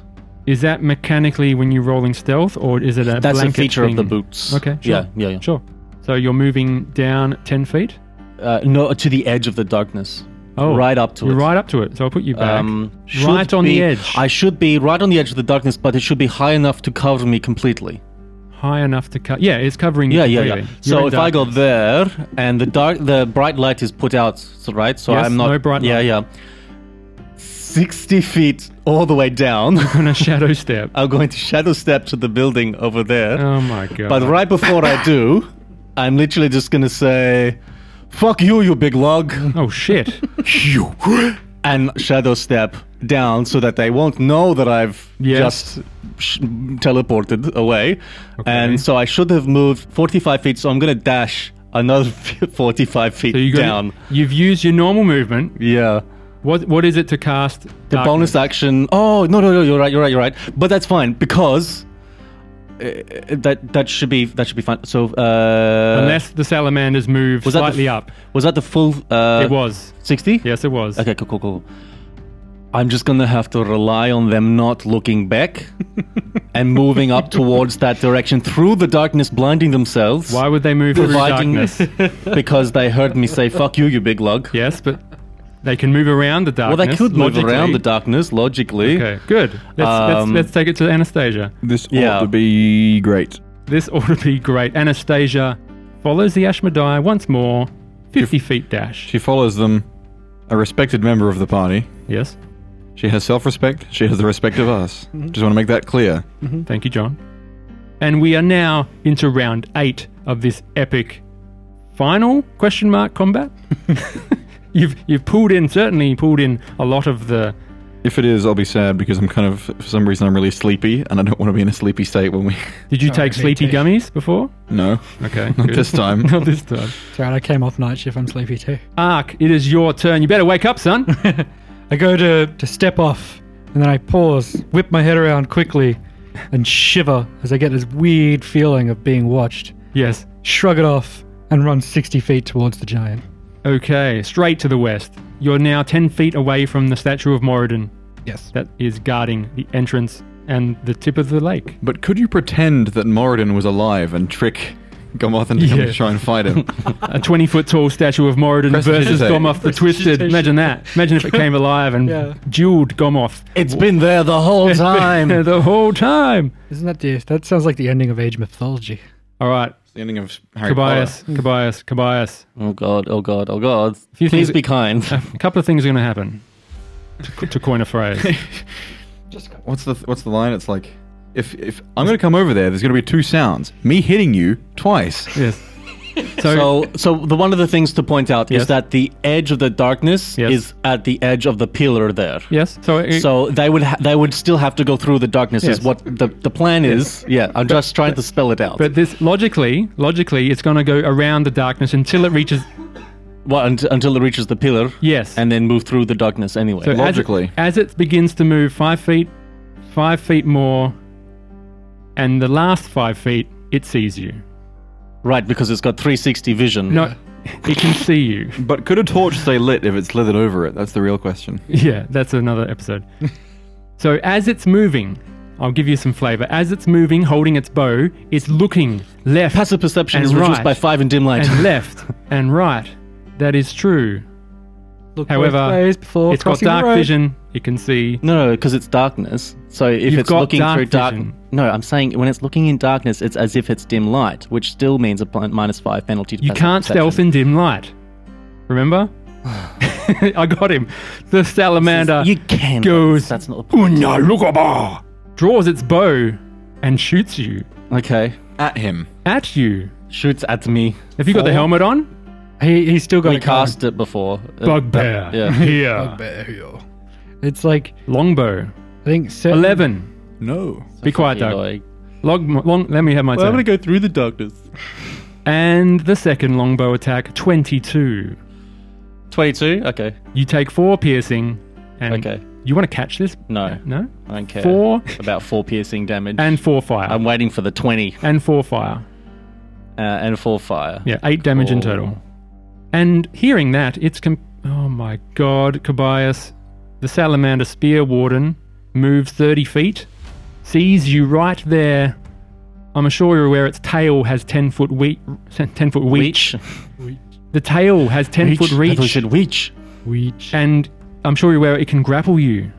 S2: Is that mechanically when you're rolling stealth, or is it a
S3: That's a
S2: blanket
S3: feature
S2: thing?
S3: of the boots.
S2: Okay, sure.
S3: Yeah, yeah, yeah.
S2: Sure. So you're moving down 10 feet?
S3: Uh, no, to the edge of the darkness.
S2: Oh,
S3: Right up to
S2: you're
S3: it. Um,
S2: right up to it. So I'll put you back.
S3: should
S2: right on
S3: be-
S2: the edge.
S3: I should be right on the edge of the darkness, but it should be high enough to cover me completely.
S2: high enough to cut. Yeah, it's covering. you
S3: Yeah, yeah, yeah.
S2: completely. You're
S3: So
S2: in
S3: if I go
S2: darkness.
S3: there and the dark, the bright light is put out, so- right? So
S2: Yes,
S3: I'm not.
S2: no bright
S3: yeah,
S2: light.
S3: yeah. Sixty feet all the way down.
S2: on a shadow step.
S3: I'm going to shadow step to the building over there.
S2: Oh my god!
S3: But right before I do, I'm literally just gonna say, "Fuck you, you big log,"
S2: oh shit!
S3: and shadow step down so that they won't know that I've
S2: Yes.
S3: just sh- teleported away.
S2: Okay.
S3: And so I should have moved 45 feet. So I'm gonna dash another 45 feet
S2: So you go
S3: down.
S2: You've used your normal movement.
S3: Yeah.
S2: What What is it to cast?
S3: The bonus action. Oh no no no! You're right. You're right. You're right. But that's fine because
S7: that that should be that should be fine. So uh,
S2: Unless the salamanders move
S7: Was that the
S2: slightly
S7: f-
S2: up.
S7: was that the full? Uh,
S2: it was.
S7: sixty.
S2: Yes, it was.
S7: Okay, cool, cool, cool.
S3: I'm just gonna have to rely on them not looking back
S7: And moving up towards that direction through the darkness, blinding themselves.
S2: Why would they move through
S7: Providing-
S2: darkness?
S7: Because they heard me say "fuck you, you big lug."
S2: yes, but they can move around the
S7: Well,
S2: darkness.
S7: they could move
S2: logically.
S7: around the darkness logically.
S2: Okay, good. Let's, let's,
S7: Um,
S2: let's take it to Anastasia.
S1: This
S7: Yeah.
S1: ought to be great.
S2: This ought to be great. Anastasia follows the Ashmedai once more. 50 feet dash.
S1: She follows them, a respected member of the party.
S2: Yes.
S1: She has self respect, she has the respect of us. Just want to make that clear.
S2: Thank you, John. And we are now into round eight of this epic final question mark combat. you've you've pulled in certainly pulled in a lot of the
S1: If it is, I'll be sad because I'm kind of, for some reason, I'm really sleepy and I don't want to be in a sleepy state when we.
S2: Did you
S4: Oh,
S2: take
S4: me
S2: sleepy
S4: too.
S2: gummies before?
S1: No,
S2: Okay.
S1: not
S2: good.
S1: this time.
S2: Not this time.
S4: It's all right, I came off night shift. I'm sleepy too.
S2: Ark, it is your turn. You better wake up, son.
S4: I go to, to step off and then I pause, whip my head around quickly, and shiver as I get this weird feeling of being watched.
S2: yes.
S4: Shrug it off and run 60 feet towards the giant.
S2: Okay. Straight to the west. You're now 10 feet away from the statue of Moradin
S4: Yes.
S2: that is guarding the entrance and the tip of the lake.
S1: But could you pretend that Moradin was alive and trick Gomothan to come
S2: Yeah.
S1: to try and fight him?
S2: A 20 foot tall statue of Moradin versus
S1: Prestidigitate.
S2: Gomoth the Twisted. Imagine that. Imagine if it came alive and
S4: Yeah.
S2: dueled Gomoth
S3: it's been there the whole time
S2: the whole time.
S4: Isn't that the. That sounds like the ending of Age mythology.
S2: All right.
S1: the ending of Harry Potter.
S2: Kobayas, Kobayas, Kobayas.
S7: Oh god! Oh god! Oh god!
S2: you
S7: Please
S2: think-
S7: be kind.
S2: A couple of things are going to happen, to, co- to coin a phrase.
S1: What's the What's the line? It's like, if if I'm going to come over there, there's going to be two sounds: me hitting you twice.
S2: Yes. So,
S7: So, so the one of the things to point out
S2: Yes.
S7: is that the edge of the darkness
S2: Yes.
S7: is at the edge of the pillar there.
S2: yes. So, it,
S7: So they would ha- they would still have to go through the darkness.
S2: Yes.
S7: Is what the, the plan is. Yeah, I'm just trying to spell it out.
S2: but this logically, logically, it's going to go around the darkness until it reaches.
S7: well, un- until it reaches the pillar.
S2: Yes.
S7: and then move through the darkness anyway.
S2: so as it-
S1: logically.
S2: as it, begins to move five feet, five feet more, and the last five feet, it sees you.
S7: right, because it's got 360 vision.
S2: No, it can see you.
S1: But could a torch stay lit if it's slithered over it? That's the real question.
S2: Yeah, that's another episode. so as it's moving, I'll give you some flavor. As it's moving, holding its bow, it's looking left.
S7: passive perception
S2: And
S7: is reduced
S2: right.
S7: by five in dim light.
S2: and left and right. That is true.
S4: Look
S2: However,
S4: both ways before
S2: it's got
S4: crossing the
S2: dark
S4: road.
S2: vision. It can see.
S7: no, no, because it's darkness. So if
S2: You've
S7: it's
S2: got
S7: looking
S2: dark
S7: through dark,
S2: vision.
S7: no, I'm saying when it's looking in darkness, it's as if it's dim light, which still means a pl- minus five penalty. To
S2: You
S7: passive
S2: can't
S7: perception.
S2: stealth in dim light. Remember? I got him. The salamander
S7: You can. but
S2: goes.
S7: That's not. the point.
S2: "Una lugaba," Draws its bow and shoots you
S7: Okay.
S1: At him.
S2: at you.
S7: Shoots at me.
S2: Have you got the
S7: Four.
S2: helmet on?
S4: He, he's still got
S7: We
S4: it going.
S7: cast it before. Uh,
S2: Bugbear.
S7: yeah.
S2: Here.
S4: It's like,
S2: Longbow.
S4: I think. Certain,
S2: Eleven.
S1: No.
S2: Be quiet,
S7: you know,
S2: Doug.
S7: like-
S2: Long, long, let me have my turn.
S3: go through the darkness
S2: And the second longbow attack, twenty-two.
S7: 22? Okay.
S2: You take four piercing, and
S7: Okay.
S2: you want to catch this?
S7: No.
S2: No,
S7: I don't care.
S2: four
S7: About four piercing damage.
S2: and four fire,
S7: I'm waiting for the 20
S2: and four fire.
S7: uh, and four fire.
S2: Yeah, eight damage in
S7: Cool.
S2: total. And hearing that, it's com- oh my god, Kobayas, the salamander spear warden moves thirty feet, sees you right there. I'm sure you're aware its tail has ten foot we- ten foot reach.
S7: Reach.
S2: The tail has ten foot
S7: I
S2: reach,
S7: thought you said reach.
S4: Weech.
S2: and I'm sure you're aware it can grapple you.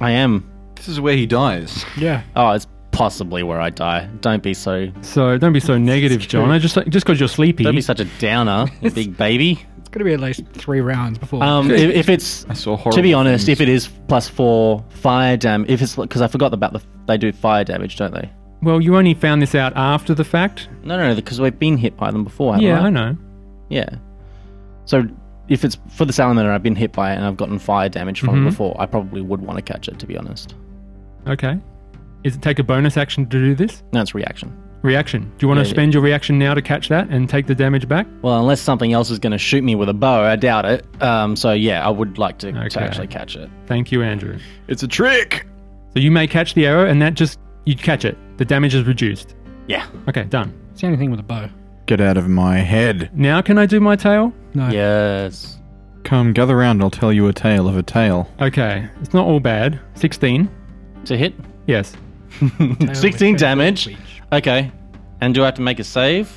S7: I am.
S1: This is where he dies.
S4: Yeah.
S7: Oh, it's possibly where I die. Don't be so.
S2: So don't be so negative, John. I just just because you're sleepy.
S7: Don't be such a downer, you big baby.
S4: It's going to be at least three rounds before.
S7: Um, if, if it's
S1: I saw horrible.
S7: to be honest,
S1: things.
S7: if it is plus four fire damage, if it's because I forgot about the they do fire damage, don't they?
S2: Well, you only found this out after the fact.
S7: No, no, no, because we've been hit by them before. haven't
S2: yeah,
S7: I?
S2: I know.
S7: Yeah. So if it's for the salamander, I've been hit by it and I've gotten fire damage from
S2: Mhm.
S7: it before. I probably would want to catch it, to be honest.
S2: Okay. Is it take a bonus action to do this?
S7: No, it's reaction.
S2: Reaction. Do you want
S7: Yeah,
S2: to
S7: yeah.
S2: spend your reaction now to catch that and take the damage back?
S7: Well, unless something else is going to shoot me with a bow, I doubt it. Um, so yeah, I would like to,
S2: Okay.
S7: to actually catch it.
S2: Thank you, Andrew.
S1: it's a trick.
S2: So you may catch the arrow, and that just you catch it. The damage is reduced.
S7: Yeah.
S2: Okay, done.
S4: It's the only thing with a bow.
S1: Get out of my head.
S2: Now can I do my tail?
S4: No.
S7: Yes.
S1: Come, gather round, I'll tell you a tale of a tale.
S2: Okay, it's not all bad. 16.
S7: To hit.
S2: Yes.
S4: Tail
S7: 16
S4: with tail
S7: damage.
S4: reach.
S7: Okay. And do I have to make a save?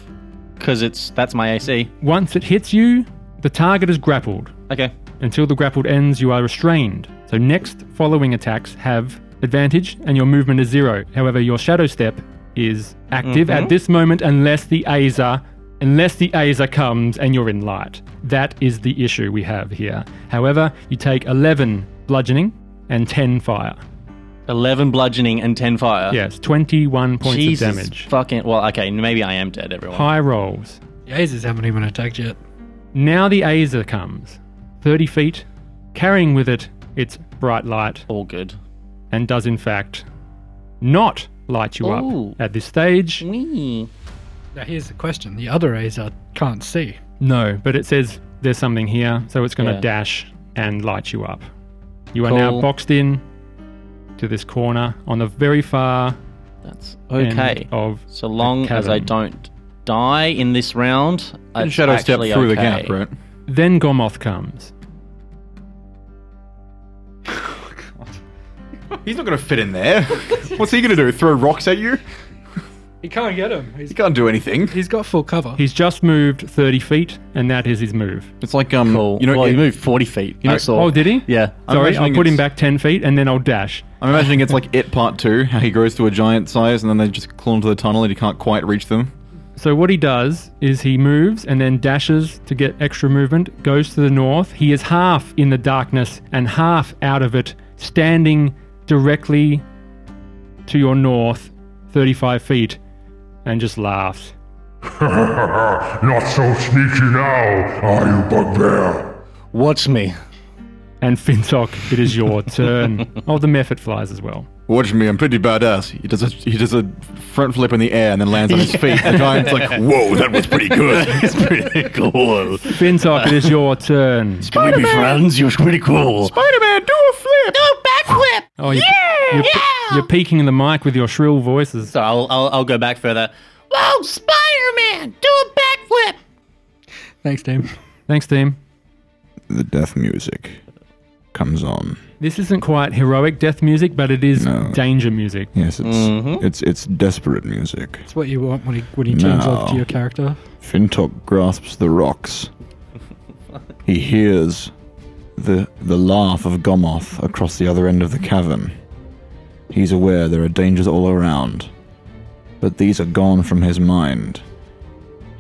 S7: Because it's that's my AC.
S2: Once it hits you, the target is grappled.
S7: Okay.
S2: Until the grappled ends, you are restrained. So next following attacks have advantage and your movement is zero. However, your shadow step is active at this moment unless the Azer unless the Azer comes and you're in light. That is the issue we have here. However, you take 11 bludgeoning and 10 fire.
S7: 11 bludgeoning and 10 fire.
S2: Yes, 21 points
S7: Jesus
S2: of damage.
S7: Fucking. Well, okay. Maybe I am dead, everyone.
S2: High rolls.
S4: Yazers haven't even attacked yet.
S2: Now the Azer comes, 30 feet, carrying with it its bright light,
S7: All good.
S2: and does in fact not light you
S7: Ooh.
S2: up at this stage.
S7: Wee.
S4: Now here's the question: the other Azer can't see.
S2: No, but it says there's something here, so it's going to
S7: Yeah.
S2: dash and light you up. You are now
S7: Cool.
S2: boxed in to this corner on the very far
S7: That's
S2: end
S7: okay.
S2: of.
S7: So long as I
S2: cavern.
S7: don't die in this round,
S1: And
S7: it's
S1: shadow step
S7: actually
S1: through the
S7: okay.
S1: gap, right?
S2: Then Gomoth comes.
S1: He's not going to fit in there. What's he going to do? Throw rocks at you?
S4: He can't get him. He's
S1: He can't do anything.
S4: he's got full cover.
S2: He's just moved 30 feet, and that is his move.
S1: It's like um,
S7: Cool.
S1: you know,
S7: well,
S1: it-
S7: you moved 40 feet.
S1: know-
S7: I saw.
S2: Oh, did he?
S7: Yeah.
S1: I'm
S2: Sorry, I'll
S1: imagining
S2: put him
S1: it's-
S2: back 10 feet and then I'll dash.
S1: I'm imagining it's like it part two, how he grows to a giant size and then they just claw into the tunnel and he can't quite reach them.
S2: So what he does is he moves and then dashes to get extra movement, goes to the north. He is half in the darkness and half out of it, standing directly to your north, 35 feet, and just laughs.
S8: Not so sneaky now, are you, bugbear?
S3: Watch me.
S2: And Fintok, it is your turn. oh, the Mephit flies as well.
S1: Watch me, I'm pretty badass. He does a he does a front flip in the air and then lands on his feet. The giant's like, whoa, that was pretty good. It's pretty cool.
S2: Fintok, it is your turn.
S3: Can we be friends? You're pretty cool.
S1: Spider-Man, do a flip! Do a backflip!
S2: Oh, you're, you're, pe- you're peeking in the mic with your shrill voices.
S7: So I'll, I'll, I'll go back further. Whoa, Spider Man! Do a backflip!
S4: Thanks, team.
S2: Thanks, team.
S1: The death music comes on.
S2: This isn't quite heroic death music, but it is
S1: No.
S2: danger music.
S1: Yes, it's it's it's desperate music.
S4: It's what you want when he when he turns off to
S1: No.
S4: your character.
S1: Fintok grasps the rocks. He hears the the laugh of Gomoth across the other end of the cavern. He's aware there are dangers all around, but these are gone from his mind.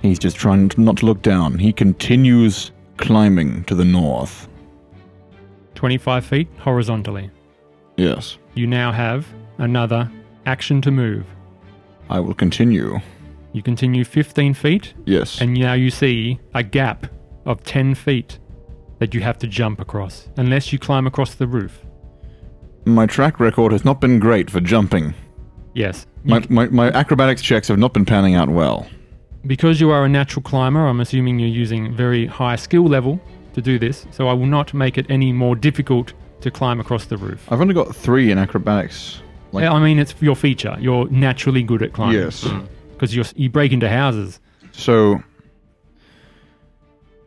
S1: He's just trying to not to look down. He continues climbing to the north.
S2: 25 feet horizontally.
S1: Yes,
S2: You now have another action to move.
S1: I will continue.
S2: You continue 15 feet,
S1: Yes,
S2: and now you see a gap of 10 feet that you have to jump across, unless you climb across the roof.
S1: my track record has not been great for jumping.
S2: Yes. You-
S1: My, my, my acrobatics checks have not been panning out well.
S2: because you are a natural climber, I'm assuming you're using very high skill level to do this, so I will not make it any more difficult to climb across the roof.
S1: I've only got three in acrobatics. Like,
S2: I mean, it's your feature. You're naturally good at climbing.
S1: yes.
S2: Because you're, you break into houses.
S1: So,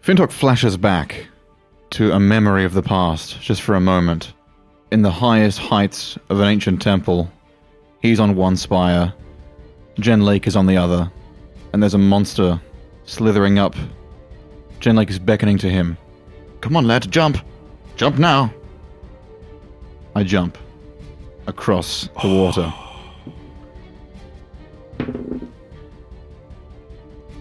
S1: Fintok flashes back to a memory of the past, just for a moment. In the highest heights of an ancient temple, he's on one spire, Jen Lake is on the other, and there's a monster slithering up. Jen Lake is beckoning to him. Come on, lad, jump! Jump now! I jump across the water.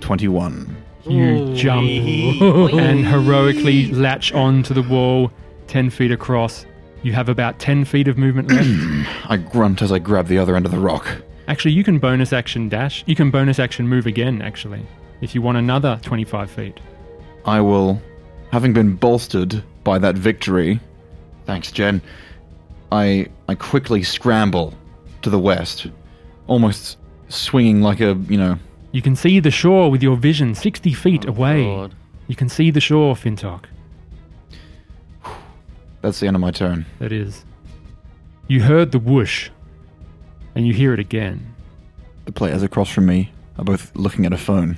S1: 21.
S2: You jump and heroically latch onto the wall 10 feet across. You have about 10 feet of movement left.
S1: I grunt as I grab the other end of the rock.
S2: actually, you can bonus action dash. You can bonus action move again, actually, if you want another 25 feet.
S1: I will, having been bolstered by that victory, thanks, Jen. I I quickly scramble to the west, almost swinging like a you know.
S2: You can see the shore with your vision 60 feet away.
S7: Oh, God.
S2: You can see the shore, Fintok.
S1: That's the end of my turn.
S2: That is. You heard the whoosh, and you hear it again.
S1: The players across from me are both looking at a phone.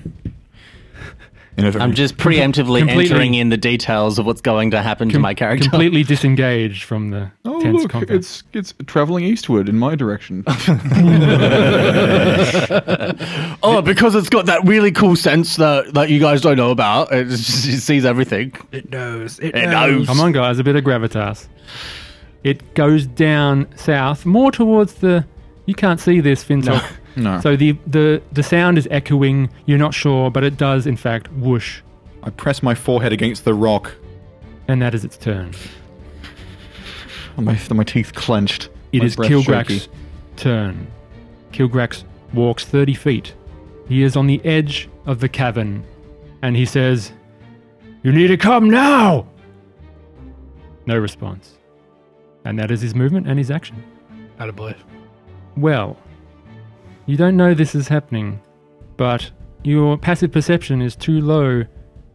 S1: In a very-
S7: I'm just preemptively
S2: Completely-
S7: entering in the details of what's going to happen to my character.
S2: completely disengaged from the
S1: Oh
S2: tense
S1: look!
S2: combat.
S1: It's it's traveling eastward in my direction.
S7: Oh, because it's got that really cool sense that, that you guys don't know about. It, just, it sees everything.
S4: It knows. It,
S7: knows.
S2: Come on, guys, a bit of gravitas. It goes down south, more towards the. You can't see this, Fintok.
S1: No.
S2: So the, the, the sound is echoing. You're not sure, but it does, in fact, whoosh.
S1: I press my forehead against the rock,
S2: And that is its turn.
S1: and my my teeth clenched.
S2: It
S1: my
S2: is
S1: breath
S2: Kilgrax's
S1: shaky.
S2: turn. Kilgrax walks 30 feet. He is on the edge of the cavern and he says, You need to come now! No response. And that is his movement and his action.
S4: Attaboy.
S2: Well, you don't know this is happening, but your passive perception is too low,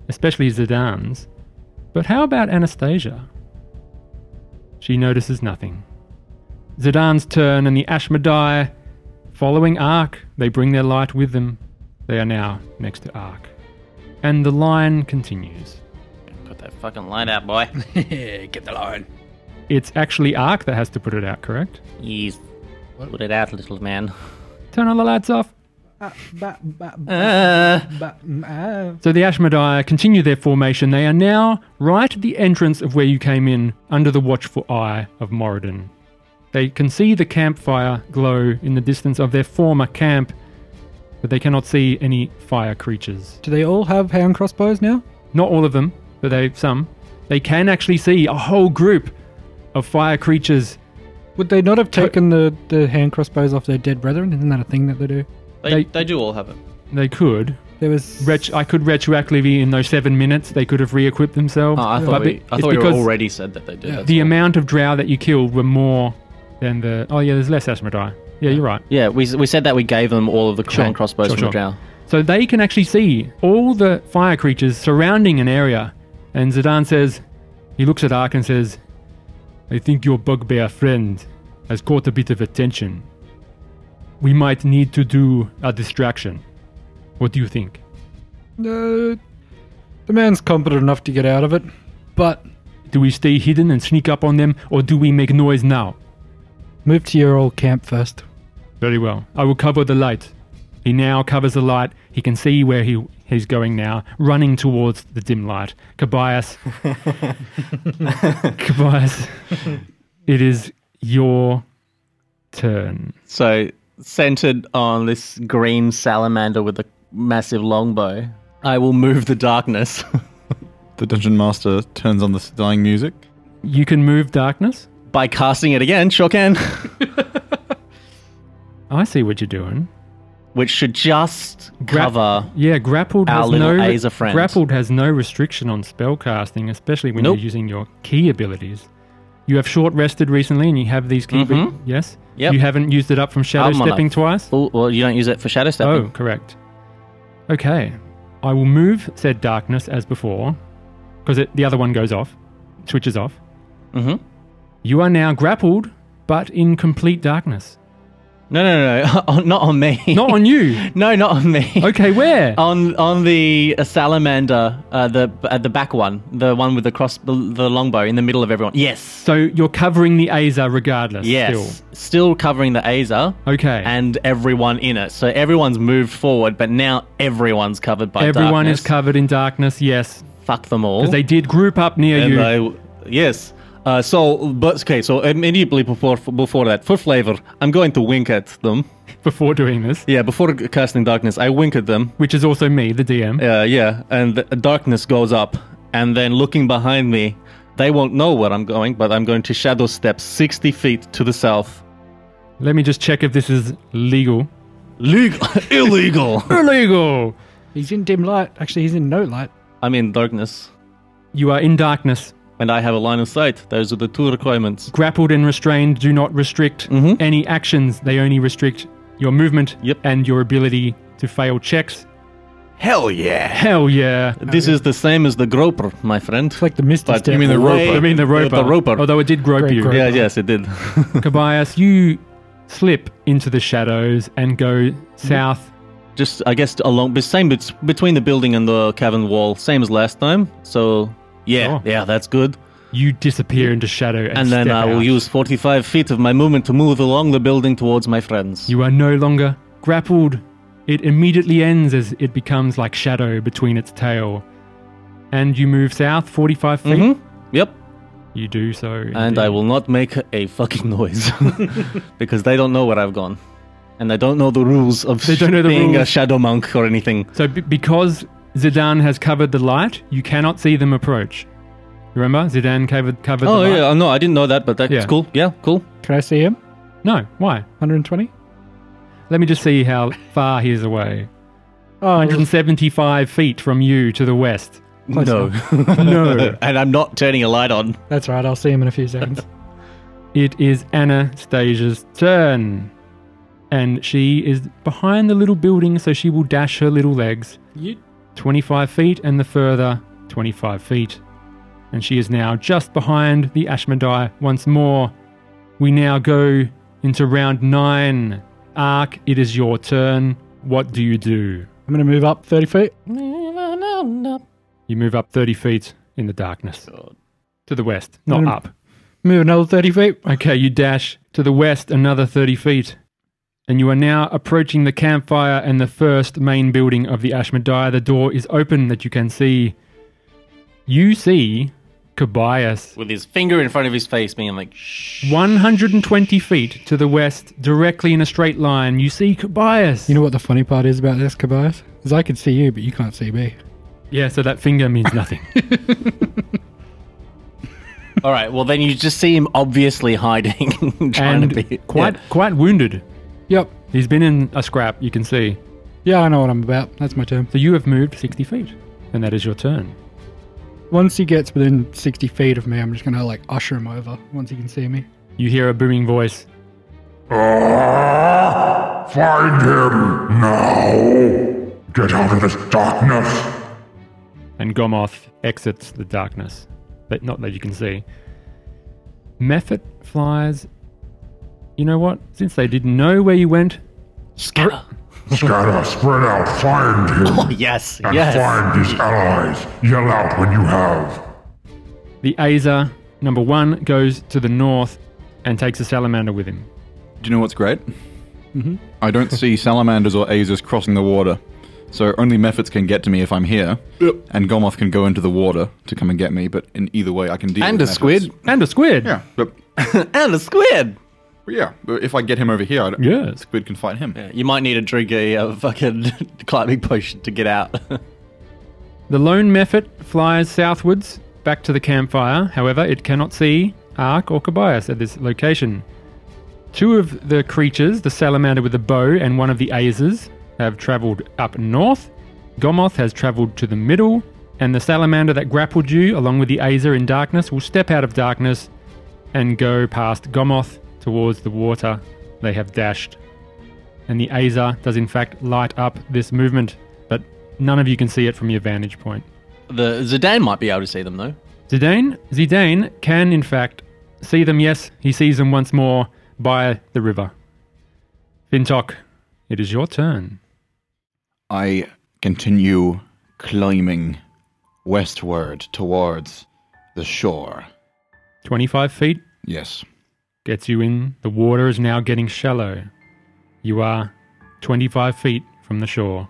S2: especially Zidane's. But how about Anastasia? She notices nothing. Zidane's turn and the Ashmedai, following Ark, they bring their light with them. They are now next to Ark. And the line continues.
S7: Put that fucking light out, boy.
S4: Get the line.
S2: It's actually Ark that has to put it out, correct?
S7: Yes. Put it out, little man.
S2: Turn all the lights off.
S7: Uh,
S2: So the Ashmedai continue their formation. They are now right at the entrance of where you came in, under the watchful eye of Moradin. They can see the campfire glow in the distance of their former camp, but they cannot see any fire creatures.
S4: Do they all have hand crossbows now?
S2: Not all of them, but they some. They can actually see a whole group of fire creatures.
S4: Would they not have taken the, the hand crossbows off their dead brethren? Isn't that a thing that they do?
S5: They,
S2: They-
S5: they do all have it.
S2: They could.
S4: There was
S2: Ret- I could retroactively in those seven minutes. They could have re-equipped themselves.
S7: Oh, Ah, I
S2: but
S7: thought,
S2: be-
S7: we, I
S2: it's
S7: thought you
S2: because-
S7: already said that they did. that's
S2: the
S7: all.
S2: amount of drow that you killed were more than the. Oh yeah, there's less Asmodai. Yeah, you're right.
S7: Yeah, we, we said that we gave them all of the
S2: Sure,
S7: crown crossbows
S2: sure,
S7: from the
S2: sure.
S7: drow.
S2: So they can actually see all the fire creatures surrounding an area. And Zidane says, he looks at Ark and says, I think your bugbear friend has caught a bit of attention. We might need to do a distraction. What do you think?
S4: No. The man's competent enough to get out of it, but
S2: Do we stay hidden and sneak up on them, or do we make noise now?
S4: move to your old camp first.
S2: Very well. I will cover the light. He now covers the light. He can see where he he's going now, running towards the dim light. Kobayas. Kobayas. It is your turn.
S7: So, centered on this green salamander with a massive longbow, I will move the darkness.
S1: The dungeon master turns on the s- dying music.
S2: You can move darkness.
S7: By casting it again, sure can.
S2: I see what you're doing.
S7: Which should just
S2: Grap-
S7: cover.
S2: Yeah, grappled
S7: Our
S2: has
S7: little
S2: no
S7: Azer friend.
S2: grappled has no restriction on spell casting, especially when
S7: Nope.
S2: you're using your key abilities. You have short rested recently, and you have these key. abi-
S7: Mhm.
S2: Yes.
S7: Yep.
S2: You haven't used it up from shadow
S7: I'm on a-
S2: stepping twice.
S7: Oh, well, you don't use it for shadow stepping.
S2: Oh, correct. Okay. I will move said darkness as before, because the other one goes off, switches off. Oh.
S7: Mhm.
S2: You are now grappled, but in complete darkness.
S7: No, no, no, no. not on me.
S2: Not Oh, on you.
S7: no, not on me.
S2: Okay, where?
S7: On on the uh, salamander, uh, the uh, the back one, the one with the cross, the, the longbow in the middle of everyone. Yes,
S2: so you're covering the Azer regardless.
S7: yes,
S2: Still.
S7: still, covering the Azer
S2: Okay.
S7: and everyone in it. So everyone's moved forward, but now everyone's covered by
S2: Everyone
S7: darkness.
S2: is covered in darkness. Yes,
S7: Fuck them all.
S2: because they did group up near
S3: And
S2: you.
S3: I, yes. Uh, so, but okay. So immediately before before that, for flavor, I'm going to wink at them.
S2: before doing this,
S3: Yeah, before g- casting darkness, I wink at them.
S2: which is also me, the DM.
S7: Eh.
S3: Uh, yeah, and the darkness goes up, and then looking behind me, they won't know where I'm going, but I'm going to shadow step 60 feet to the south.
S2: Let me just check if this is legal.
S3: Legal, illegal.
S2: Illegal.
S4: He's in dim light. Actually, he's in no light.
S3: I'm in darkness,
S2: You are in darkness.
S3: and I have a line of sight. Those are the two requirements.
S2: grappled and restrained do not restrict any actions. They only restrict your movement
S3: Mm-hmm. Yep.
S2: and your ability to fail checks.
S1: Hell yeah!
S2: Hell yeah.
S3: This is the same as the groper, my friend.
S4: It's like the mist is
S3: But you
S4: down.
S3: mean the
S2: I
S3: roper? Oh,
S2: mean the roper.
S3: The roper.
S2: Although it did grope
S4: Great
S2: you.
S4: grope.
S3: Yeah, yes, it did.
S2: Kobayas, you slip into the shadows and go
S3: Mm-hmm.
S2: south.
S3: Just, I guess, along the same bits between the building and the cavern wall, same as last time. So, yeah,
S2: Sure.
S3: yeah, that's good.
S2: You disappear into shadow, and,
S3: And then
S2: step
S3: I will
S2: out.
S3: use 45 feet of my movement to move along the building towards my friends.
S2: You are no longer grappled. It immediately ends as it becomes like shadow between its tail, and you move south 45 feet.
S3: hmm Yep.
S2: You do so,
S3: And I will not make a fucking noise because they don't know where I've gone. And they don't know the rules of
S2: They don't know the
S3: being a
S2: rules.
S3: shadow monk or anything.
S2: So b- because Zidane has covered the light, you cannot see them approach. Remember, Zidane covered covered
S3: Oh,
S2: the light.
S3: yeah. No, I didn't know that, but that's
S2: Yeah.
S3: cool. Yeah, cool.
S4: Can I see him?
S2: No, why?
S4: 120?
S2: Let me just see how far he is away.
S4: Oh,
S2: 175 feet from you to the west.
S3: no.
S2: No.
S3: and I'm not turning a light on.
S4: that's right. I'll see him in a few seconds.
S2: It is Anastasia's turn. And she is behind the little building, so she will dash her little legs
S5: You
S2: 25 feet and the further 25 feet. And she is now just behind the Ashmedai once more. We now go into round nine. Ark, it is your turn. What do you do?
S4: I'm going to move up 30 feet.
S2: You move up 30 feet in the darkness. To the west, not
S4: Mm.
S2: up.
S4: Move another 30 feet.
S2: Okay, you dash to the west another 30 feet. And you are now approaching the campfire and the first main building of the Ashmedai. The door is open that you can see. You see Kobayas
S3: With his finger in front of his face, being like, shh.
S2: 120 feet to the west, directly in a straight line. You see Kobayas.
S4: You know what the funny part is about this, Kobayas? Is I can see you, but you can't see me.
S2: yeah, so that finger means nothing.
S3: All right. Well, then you just see him obviously hiding, trying
S2: and
S3: to be
S2: quite,
S3: Yeah.
S2: quite wounded.
S4: Yep.
S2: He's been in a scrap, you can see.
S4: Yeah, I know what I'm about. That's my term.
S2: So you have moved 60 feet, and that is your turn.
S4: Once he gets within 60 feet of me, I'm just going to like usher him over once he can see me.
S2: You hear a booming voice.
S8: Ah, find him now! Get out of this darkness!
S2: and Gomoth exits the darkness, but not that you can see. Mephit flies. You know what? Since they didn't know where you went,
S3: Scatter.
S8: Scatter, spread out, find him!
S7: Oh,
S3: Yes.
S8: And
S3: Yes.
S8: find his allies. Yell out when you have.
S2: the Azer number one goes to the north and takes a salamander with him.
S1: Do you know what's great? Mm-hmm. I don't see salamanders or Azers crossing the water, so only methods can get to me if I'm here, and Gomoth can go into the water to come and get me. But in either way, I can deal.
S3: And a
S1: with Mephits.
S3: squid.
S2: And a squid.
S1: Yeah, but
S3: And a squid.
S1: but yeah, but if I get him over here, I don't,
S2: Yes.
S1: squid can fight him.
S3: You might need to drink a, uh fucking climbing potion to get out.
S2: The lone Mephit flies southwards back to the campfire. However, it cannot see Ark or Kobayas at this location. Two of the creatures, the salamander with the bow and one of the Azers, have travelled up north. Gomoth has travelled to the middle, and the salamander that grappled you, along with the Azer in darkness, will step out of darkness and go past Gomoth towards the water they have dashed. And the Azer does, in fact, light up this movement, but none of you can see it from your vantage point.
S3: the Zidane might be able to see them though.
S2: Zidane, Zidane can, in fact, see them. Yes, he sees them once more by the river. Fintok, it is your turn.
S1: I continue climbing westward towards the shore.
S2: 25 feet
S1: Yes.
S2: gets you in. The water is now getting shallow. You are 25 feet from the shore.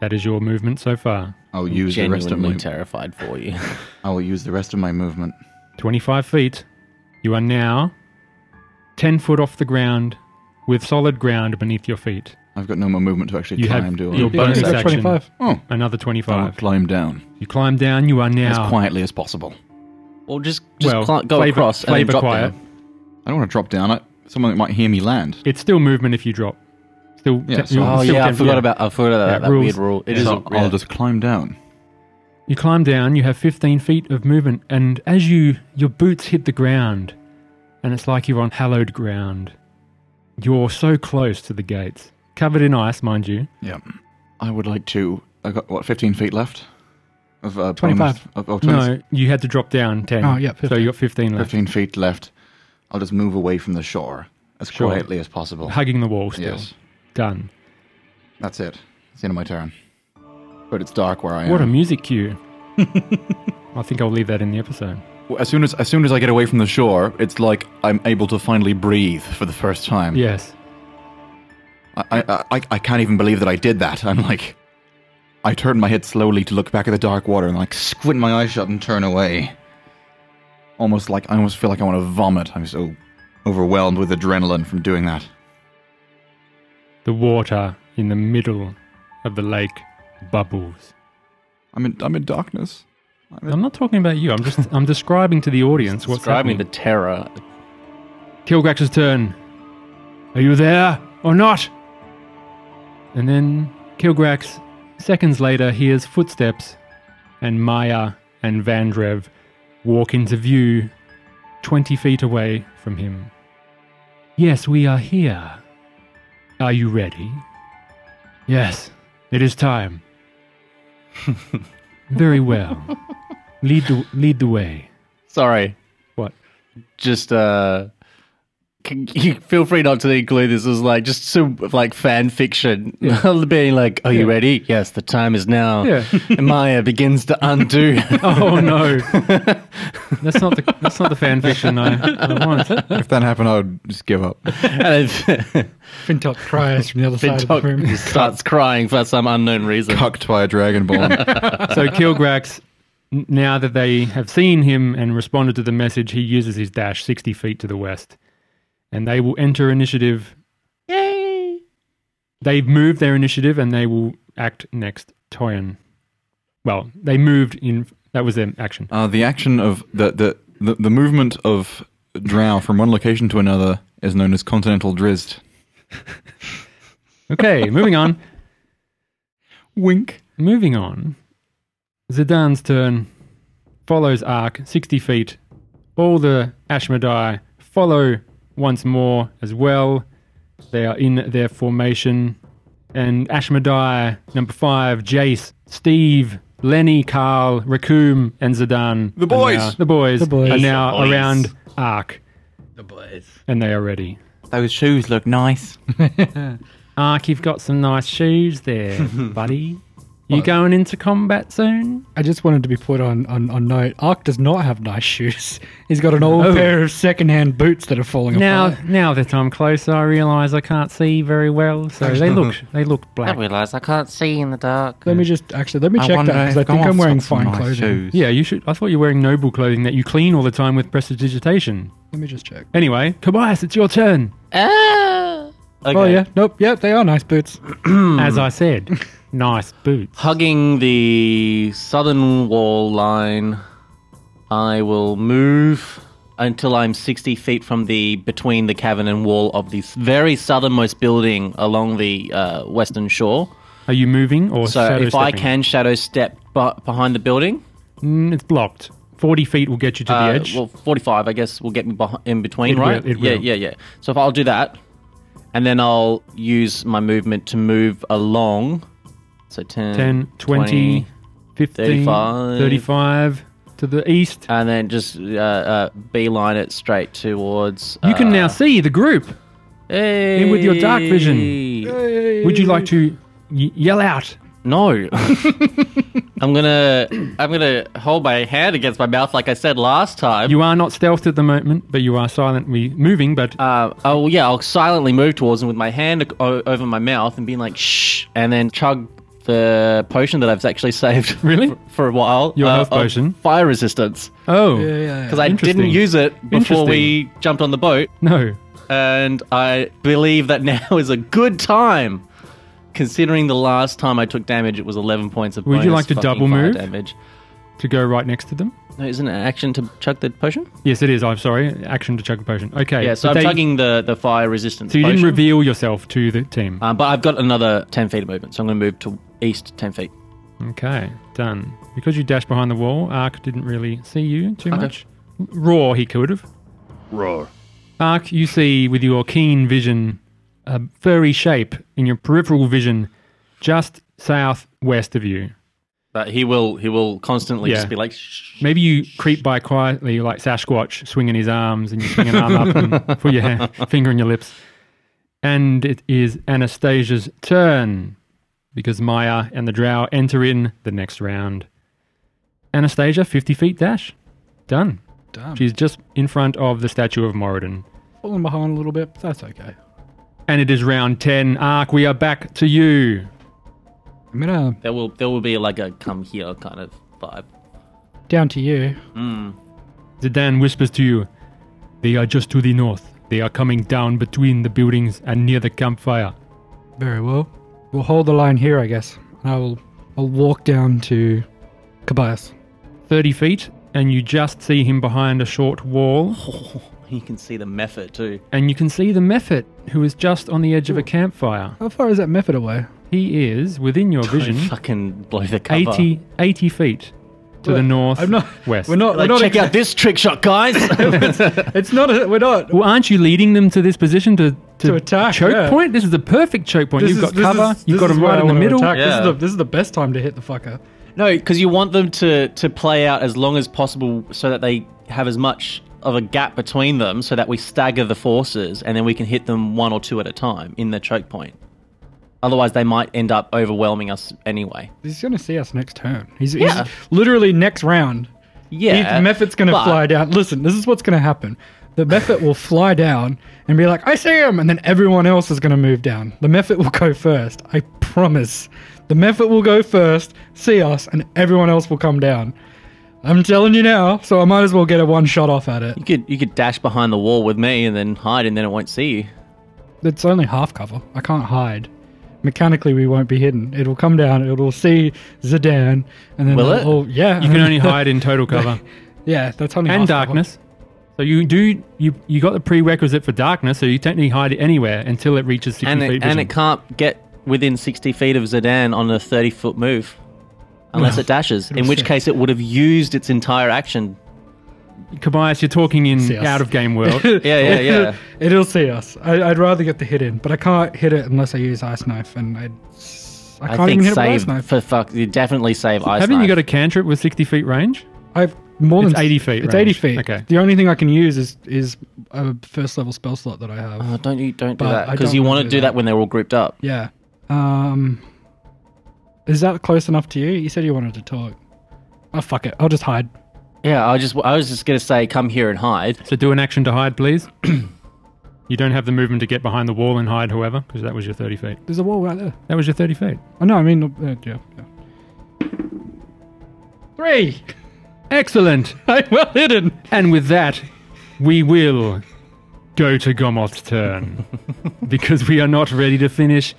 S2: That is your movement so far.
S1: I'll use the rest of
S3: Genuinely
S1: my
S3: terrified for you.
S1: I will use the rest of my movement.
S2: 25 feet. You are now 10 foot off the ground with solid ground beneath your feet.
S1: I've got no more movement to actually
S2: You have
S1: climb, do I?
S2: your bonus
S4: Yeah,
S2: action.
S4: 25.
S1: oh,
S2: Another
S1: I'll
S2: 25.
S1: climb down
S2: You climb down, you are now.
S1: as quietly as possible.
S3: well, just just
S2: well,
S3: cli- go
S2: flavor,
S3: across and then
S2: flavor
S3: drop
S2: quiet.
S3: down.
S1: I don't want to drop down. I, someone might hear me land.
S2: It's still movement if you drop. Still,
S1: Yeah, so-
S2: you-
S3: Oh
S2: still
S3: yeah, I
S2: can-
S3: forgot
S2: yeah.
S3: about I forgot about
S2: Yeah,
S3: that
S2: rules.
S3: weird rule. It is.
S1: So
S3: a-
S1: I'll
S3: yeah.
S1: just climb down.
S2: You climb down. You have 15 feet of movement, and as you your boots hit the ground, and it's like you're on hallowed ground. You're so close to the gates, covered in ice, mind you.
S1: Yeah. I would like to. I got what? Fifteen feet left. Of uh,
S4: 25.
S1: bonus- of, of 20,
S2: No, you had to drop down 10.
S4: Oh, yeah,
S2: so you got 15 left.
S1: Fifteen feet left. I'll just move away from the shore as
S2: Sure.
S1: quietly as possible.
S2: Hugging the wall still.
S1: Yes,
S2: Done.
S1: that's it. It's the end of my turn. But it's dark where I am.
S2: What a music cue. I think I'll leave that in the episode.
S1: as soon as as soon as I get away from the shore, it's like I'm able to finally breathe for the first time.
S2: Yes.
S1: I, I, I, I can't even believe that I did that. I'm like, I turn my head slowly to look back at the dark water and like squint my eyes shut and turn away. Almost like I almost feel like I want to vomit. I'm so overwhelmed with adrenaline from doing that.
S2: The water in the middle of the lake bubbles.
S1: I'm in I'm in darkness.
S2: I'm not talking about you. I'm just I'm describing to the audience what's
S3: Describing
S2: happening.
S3: the terror.
S2: Kilgrax's turn. Are you there or not? And then Kilgrax, seconds later, hears footsteps, and Maya and Vandrev walk into view 20 feet away from him. Yes, we are here. Are you ready? Yes, it is time. Very well. Lead the, lead the way.
S3: Sorry.
S2: What?
S3: Just uh can you feel free not to include this as like just some like fan fiction being like are you
S2: Yeah.
S3: ready yes the time is now
S2: Yeah.
S3: and maya begins to undo
S2: Oh no, that's not the that's not the fan fiction I, I want.
S1: If that happened, I would just give up.
S3: and it
S4: Fintok cries from the other side of the room.
S3: Fintok starts crying for some unknown reason
S1: Cucked by a dragonborn.
S2: So Kilgrax, n- now that they have seen him and responded to the message, he uses his dash sixty feet to the west, and they will enter initiative.
S3: yay
S2: They've moved their initiative, and they will act next. Toyin. Well, they moved in. That was their action.
S1: uh, the action of the, the the the movement of drow from one location to another is known as continental drizzt.
S2: Okay, moving on.
S1: Wink.
S2: Moving on, Zidane's turn follows Ark 60 feet. All the Ashmedai follow once more as well. They are in their formation. And Ashmedai, number five, Jace, Steve, Lenny, Carl, Raccoon, and Zidane. The
S1: boys!
S2: the boys! The
S4: boys.
S2: Are now
S5: boys.
S2: around Ark,
S5: The boys.
S2: and they are ready.
S1: Those shoes look nice.
S2: Ark, you've got some nice shoes there, buddy. You going into combat soon?
S4: I just wanted to be put on, on, on note. Ark does not have nice shoes. He's got an old
S2: Oh.
S4: pair of secondhand boots that are falling
S2: Now,
S4: apart.
S2: now that I'm closer, I realise I can't see very well. So they look, they look black.
S7: realize I can't see in the dark.
S4: Let me just actually let me check that because I think I'm wearing fine clothing.
S2: Yeah, you should. I thought you were wearing noble clothing that you clean all the time with prestidigitation.
S4: Let me just check.
S2: Anyway, Tobias, it's your turn.
S7: Ah! Okay.
S4: Oh yeah, nope, yeah, they are nice boots.
S7: Hmm.
S2: As I said, nice boots.
S7: Hugging the southern wall line, I will move until I'm 60 feet from the between the cavern and wall of the very southernmost building along the uh, western shore.
S2: Are you moving or
S7: So
S2: shadow
S7: if I
S2: stepping?
S7: can shadow step bu- behind the building,
S2: Mm, it's blocked. Forty feet will get you to
S7: uh,
S2: the edge.
S7: well, 45, I guess, will get me beh- in between,
S2: It will,
S7: right?
S2: it
S7: yeah,
S2: will.
S7: yeah, yeah. So if I'll do that, and then I'll use my movement to move along. So 10,
S2: 10, 20, 15,
S7: 35.
S2: 35 to the east.
S7: and then just uh, uh, beeline it straight towards.
S2: You can
S7: uh,
S2: now see the group.
S7: hey!
S2: with your dark vision. Would you like to y- yell out?
S7: No, I'm gonna I'm gonna hold my hand against my mouth like I said last time.
S2: You are not stealthed at the moment, but you are silently moving. But
S7: Uh, oh yeah, I'll silently move towards him with my hand o- over my mouth and being like shh, and then chug the potion that I've actually saved
S2: really,
S7: for a while.
S2: Your
S7: uh,
S2: health
S7: of
S2: potion?
S7: fire resistance,
S2: oh
S7: because I didn't
S2: Interesting.
S7: use it before
S2: Interesting.
S7: we jumped on the boat,
S2: no,
S7: and I believe that now is a good time. Considering the last time I took damage, it was 11 points of
S2: Would you
S7: bonus
S2: like to
S7: fucking
S2: double
S7: fire
S2: move?
S7: damage.
S2: to go right next to them.
S7: No, isn't it an action to chug the potion?
S2: Yes, it is. I'm sorry. Action to chug a potion. Okay.
S7: Yeah, so
S2: but
S7: I'm
S2: they-
S7: chugging the, the fire resistance.
S2: So you didn't
S7: potion.
S2: reveal yourself to the team.
S7: Um, but I've got another 10 feet of movement, so I'm going to move to east 10 feet.
S2: okay, done. Because you dashed behind the wall, Ark didn't really see you too much. Raw, he could have.
S5: Roar.
S2: Ark, you see with your keen vision a furry shape in your peripheral vision just southwest of you.
S3: But he will he will constantly
S2: Yeah.
S3: just be like, Shh.
S2: Maybe you creep by quietly, like Sasquatch, swinging his arms, and you swing an arm up and put your hand, finger on your lips. And it is Anastasia's turn because Maya and the Drow enter in the next round. Anastasia, 50 feet dash. Done.
S4: Damn.
S2: She's just in front of the statue of Moradin.
S4: falling behind a little bit, but that's okay.
S2: And it is round 10. Ark, we are back to you.
S4: I'm gonna
S7: There will there will be like a come here kind of vibe.
S4: down to you.
S2: Zidane whispers to you, They are just to the north. They are coming down between the buildings and near the campfire.
S4: Very well. We'll hold the line here, I guess. And I will. I'll walk down to Kobayas.
S2: 30 feet, and you just see him behind a short wall.
S4: Oh.
S7: You can see the method too.
S2: And you can see the Mephit, who is just on the edge
S4: Oh.
S2: of a campfire.
S4: How far is that method away?
S2: He is within your vision
S7: Fucking blow the cover.
S2: 80, 80 feet to the
S4: Look,
S2: north
S4: I'm not.
S2: west.
S4: We're not.
S7: Like,
S4: we're not
S7: check out this trick shot, guys.
S4: It's not. A, we're not.
S2: Well, aren't you leading them to this position to, to,
S4: To attack,
S2: Choke
S4: yeah.
S2: point? This is the perfect choke point.
S4: This
S2: You've
S4: is-
S2: got
S4: this
S2: cover.
S4: is-
S2: You've
S4: this
S2: got
S4: is
S2: him
S4: where
S2: right
S4: I
S2: in the
S4: wanna
S2: middle.
S4: attack. This, is
S7: Yeah.
S4: the, this is the best time to hit the fucker.
S7: no, because you want them to to play out as long as possible, so that they have as much of a gap between them, so that we stagger the forces, and then we can hit them one or two at a time in the choke point. Otherwise, they might end up overwhelming us anyway.
S4: He's gonna see us next turn. He's,
S7: Yeah.
S4: he's literally next round.
S7: Yeah,
S4: The method's gonna
S7: but-
S4: fly down. Listen, this is what's gonna happen. The method will fly down and be like, "I see him," and then everyone else is gonna move down. The method will go first. I promise. The method will go first, see us, and everyone else will come down. I'm telling you now, so I might as well get a one shot off at it.
S7: You could you could dash behind the wall with me and then hide, and then it won't see you.
S4: It's only half cover. I can't hide. Mechanically, we won't be hidden. It'll come down. It'll see Zidane, and then
S7: Will
S4: they'll
S7: it?
S4: all- yeah,
S2: You can only hide in total cover
S4: yeah, that's only
S2: and
S4: half cover.
S2: darkness. So you do you you got the prerequisite for darkness, so you technically hide anywhere until it reaches sixty
S7: and
S2: feet.
S7: it,
S2: vision.
S7: and it can't get within 60 feet of Zidane on a 30 foot move unless it dashes, in which
S4: stick.
S7: case it would have used its entire action.
S2: Kobayas, you're talking in
S4: See us.
S2: out of game world.
S7: Yeah, yeah, yeah.
S4: It'll see us. I, I'd rather get the hit in, but I can't hit it unless I use ice knife, and I, I
S7: I
S4: can't
S7: think
S4: even hit it
S7: save
S4: with ice knife.
S7: for fuck. You definitely save ice.
S2: Haven't you got
S7: knife.
S2: a cantrip with sixty feet range?
S4: I've more
S2: It's
S4: than
S2: 80 feet
S4: It's
S2: range.
S4: eighty feet.
S2: Okay.
S4: The only thing I can use is is a first level spell slot that I have.
S7: Oh, don't you don't do
S4: But
S7: that
S4: I
S7: because
S4: don't
S7: you
S4: wanna
S7: want to
S4: do
S7: do that.
S4: that.
S7: when they're all grouped up.
S4: yeah. Um. Is that close enough to you? You said you wanted to talk. Oh fuck it! I'll just hide.
S7: Yeah, I just I was just gonna say come here and hide.
S2: So do an action to hide, please. you don't have the movement to get behind the wall and hide, however, because that was your thirty feet.
S4: There's a wall right there.
S2: That was your thirty feet.
S4: Oh no, I mean, uh, yeah. yeah. Three.
S2: Excellent.
S4: I'm well hidden.
S2: And with that, we will go to Gomoth's turn because we are not ready to finish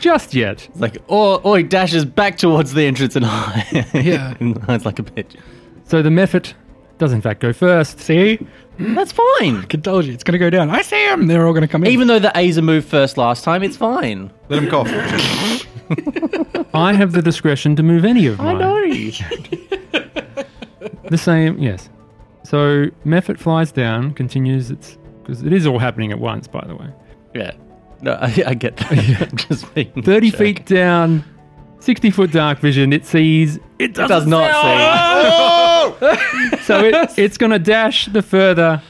S2: just yet.
S7: It's like or or he dashes back towards the entrance and hide.
S4: Yeah.
S7: and hides like a bitch.
S2: So the Mephit does, in fact, go first.
S4: See,
S7: That's fine.
S4: I told you it's gonna go down. I see him. They're all gonna come in.
S7: Even though the A's moved first last time, it's fine.
S1: Let him cough.
S2: I have the discretion to move any of mine. The same, yes. So Mephit flies down, continues its. Because it is all happening at once, by the way.
S7: Yeah. No, I, I get that. I'm just being a
S2: 30
S7: jerk.
S2: feet down, 60 foot dark vision, it sees. It
S7: It does not
S2: So it, it's going to dash the further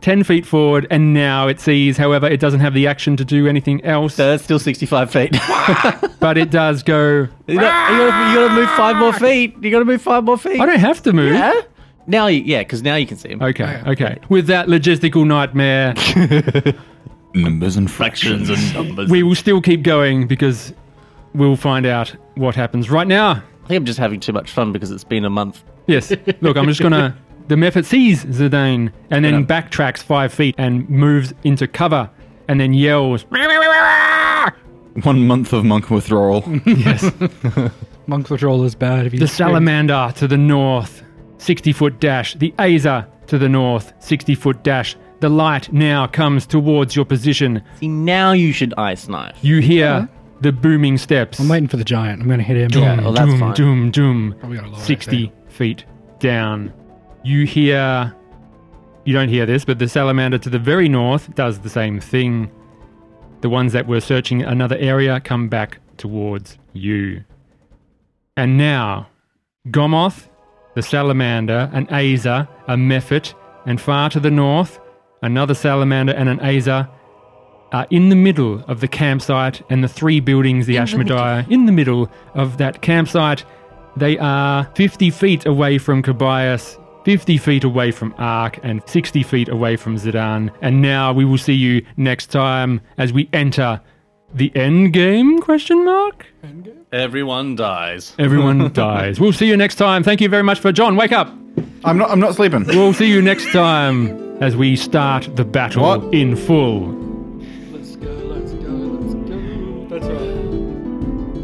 S2: 10 feet forward, and now it sees. However, it doesn't have the action to do anything else,
S7: see. So that's still 65 feet.
S2: but it does go.
S7: you, got, you, gotta, you gotta move five more feet. You gotta move five more feet. Oh,
S2: I don't have to move.
S7: yeah. Now you, yeah, because now you can see him.
S2: Okay, okay. With that logistical nightmare,
S1: Numbers and fractions.
S2: we will still keep going because we'll find out what happens right now.
S7: I think I'm just having too much fun because it's been a month.
S2: Yes. Look, I'm just gonna. The Mephit sees Zidane and then backtracks five feet and moves into cover and then yells.
S1: One month of monk withdrawal.
S2: Yes.
S4: Monk's withdrawal is bad. If you
S2: The
S4: scream.
S2: Salamander to the north, 60 foot dash. The Azer to the north, 60 foot dash. The light now comes towards your position.
S7: See, now you should ice knife.
S2: You hear the booming steps.
S4: I'm waiting for the giant. I'm gonna hit him.
S2: Doom,
S7: well, that's
S2: doom,
S7: fine.
S2: doom, doom.
S4: Probably got a lower
S2: 60
S4: AC.
S2: feet down. You hear. You don't hear this, but the salamander to the very north does the same thing. The ones that were searching another area come back towards you. And now Gomoth, the salamander, an Azer, a Mephit, and far to the north, another salamander and an Azer are uh, in the middle of the campsite and the three buildings, the Ashmadiah, in the middle of that campsite. They are 50 feet away from Kobayas, 50 feet away from Ark, and 60 feet away from Zidane. And now we will see you next time as we enter the end game question mark
S3: Everyone dies.
S2: everyone dies we'll see you next time thank you very much for john wake up
S1: I'm not. I'm not sleeping.
S2: We'll see you next time as we start the battle
S1: What?
S2: in full.
S4: Let's go, let's go, let's go. That's right.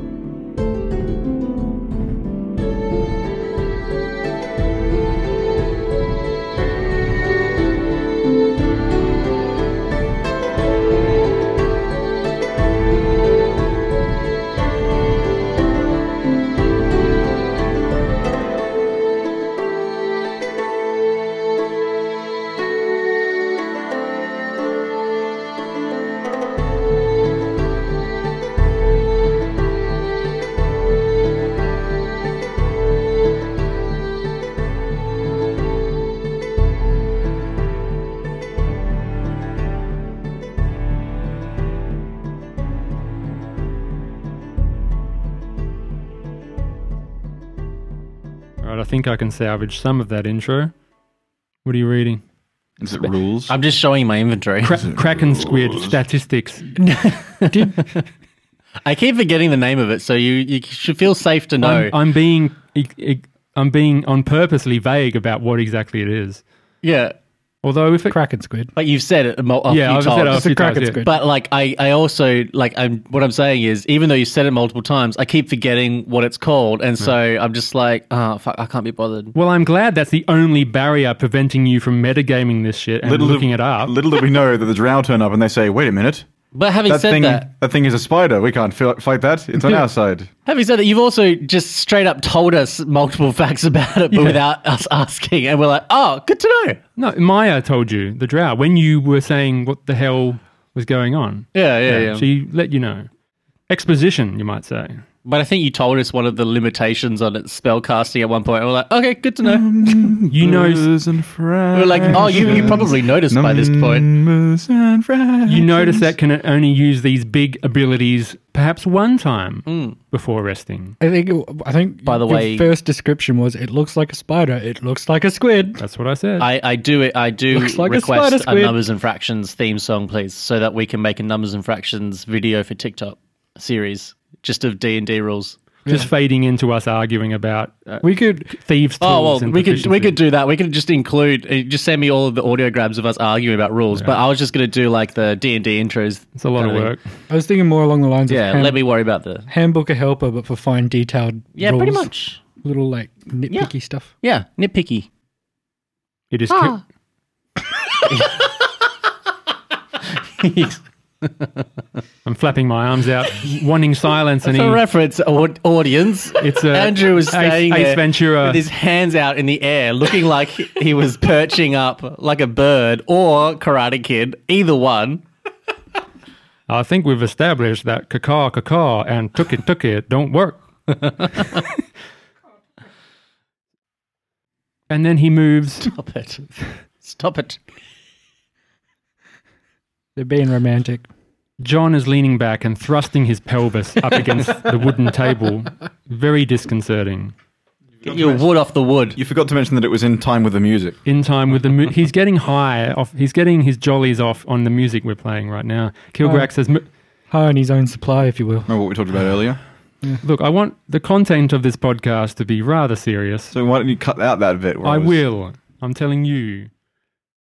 S2: All right, I think I can salvage some of that intro. What are you reading?
S1: Is it rules?
S7: I'm just showing my inventory.
S2: Cra- Kraken Squid statistics.
S7: I keep forgetting the name of it, so you, you should feel safe to know.
S2: I'm, I'm being i- i- I'm being on purposely vague about what exactly it is.
S7: yeah,
S2: Although if it
S4: Kraken squid.
S7: but you've said it a, mo- a
S2: yeah,
S7: few
S2: I've said
S7: times.
S2: it a
S4: It's a
S2: few times,
S4: Kraken
S2: yeah.
S4: squid.
S7: But like I, I also like I'm what I'm saying is even though you said it multiple times, I keep forgetting what it's called, and so I'm just like, oh fuck, I can't be bothered.
S2: Well, I'm glad that's the only barrier preventing you from metagaming this shit and
S1: do-
S2: looking it up.
S1: Little do we know that the drow turn up and they say, "Wait a minute,
S7: But having
S1: that
S7: said
S1: thing,
S7: that,
S1: that. thing is a spider. We can't fi- fight that. It's on our side."
S7: having said that, you've also just straight up told us multiple facts about it, but without us asking, and we're like, oh, good to know.
S2: no, Maya told you the drought when you were saying what the hell was going on.
S7: Yeah, yeah, yeah.
S2: She let you know. Exposition, you might say.
S7: but I think you told us one of the limitations on its spell casting at one point. and We're like, okay, good to know.
S2: You know,
S1: Numbers and
S7: We're like, oh, you, you probably noticed by this point.
S1: Numbers and fractions.
S2: you notice that can only use these big abilities perhaps one time
S7: Hmm.
S2: before resting.
S4: I think. It, I think.
S7: By the
S4: your
S7: way-
S4: first description was: it looks like a spider. It looks like a squid.
S2: That's what I said.
S7: I, I do it. I do
S4: Looks like a spider
S7: request a,
S4: squid.
S7: numbers and fractions theme song, please, so that we can make a numbers and fractions video for TikTok series, just of D and D rules.
S2: Just fading into us arguing about uh,
S4: We could.
S2: thieves' tools.
S7: Oh well,
S2: and
S7: we could we
S2: proficiency.
S7: could do that. We could just include, uh, just send me all of the audiograms of us arguing about rules. But I was just going to do like the D and D intros.
S2: It's a lot of
S7: kinda thing.
S2: work.
S4: I was thinking more along the lines
S7: Yeah,
S4: of hand,
S7: let me worry about the.
S4: handbook a helper, but for fine detailed.
S7: Yeah,
S4: rules.
S7: pretty much.
S4: Little like nitpicky stuff.
S7: Yeah, nitpicky.
S2: It is. Ah. I'm flapping my arms out, wanting silence, and he,
S7: For reference, au- audience,
S2: It's a-
S7: Andrew was
S2: Ace-
S7: staying
S2: Ace
S7: there
S2: Ventura.
S7: with his hands out in the air, looking like he was perching up like a bird or Karate Kid, either one.
S2: I think we've established that caca caca and took it took it don't work. and then he moves.
S7: Stop it! Stop it!
S4: They're being romantic.
S2: John is leaning back and thrusting his pelvis up against the wooden table. Very disconcerting.
S7: Get your wood off the wood.
S1: You forgot to mention that it was in time with the music.
S2: In time with the mu- he's getting high off. He's getting his jollies off on the music we're playing right now. Kilgrax says, "M-
S4: High on his own supply, if you will.
S1: Remember what we talked about earlier?
S2: "Look, I want the content of this podcast to be rather serious.
S1: So why don't you cut out that bit? Where
S2: I
S1: was-
S2: will. I'm telling you."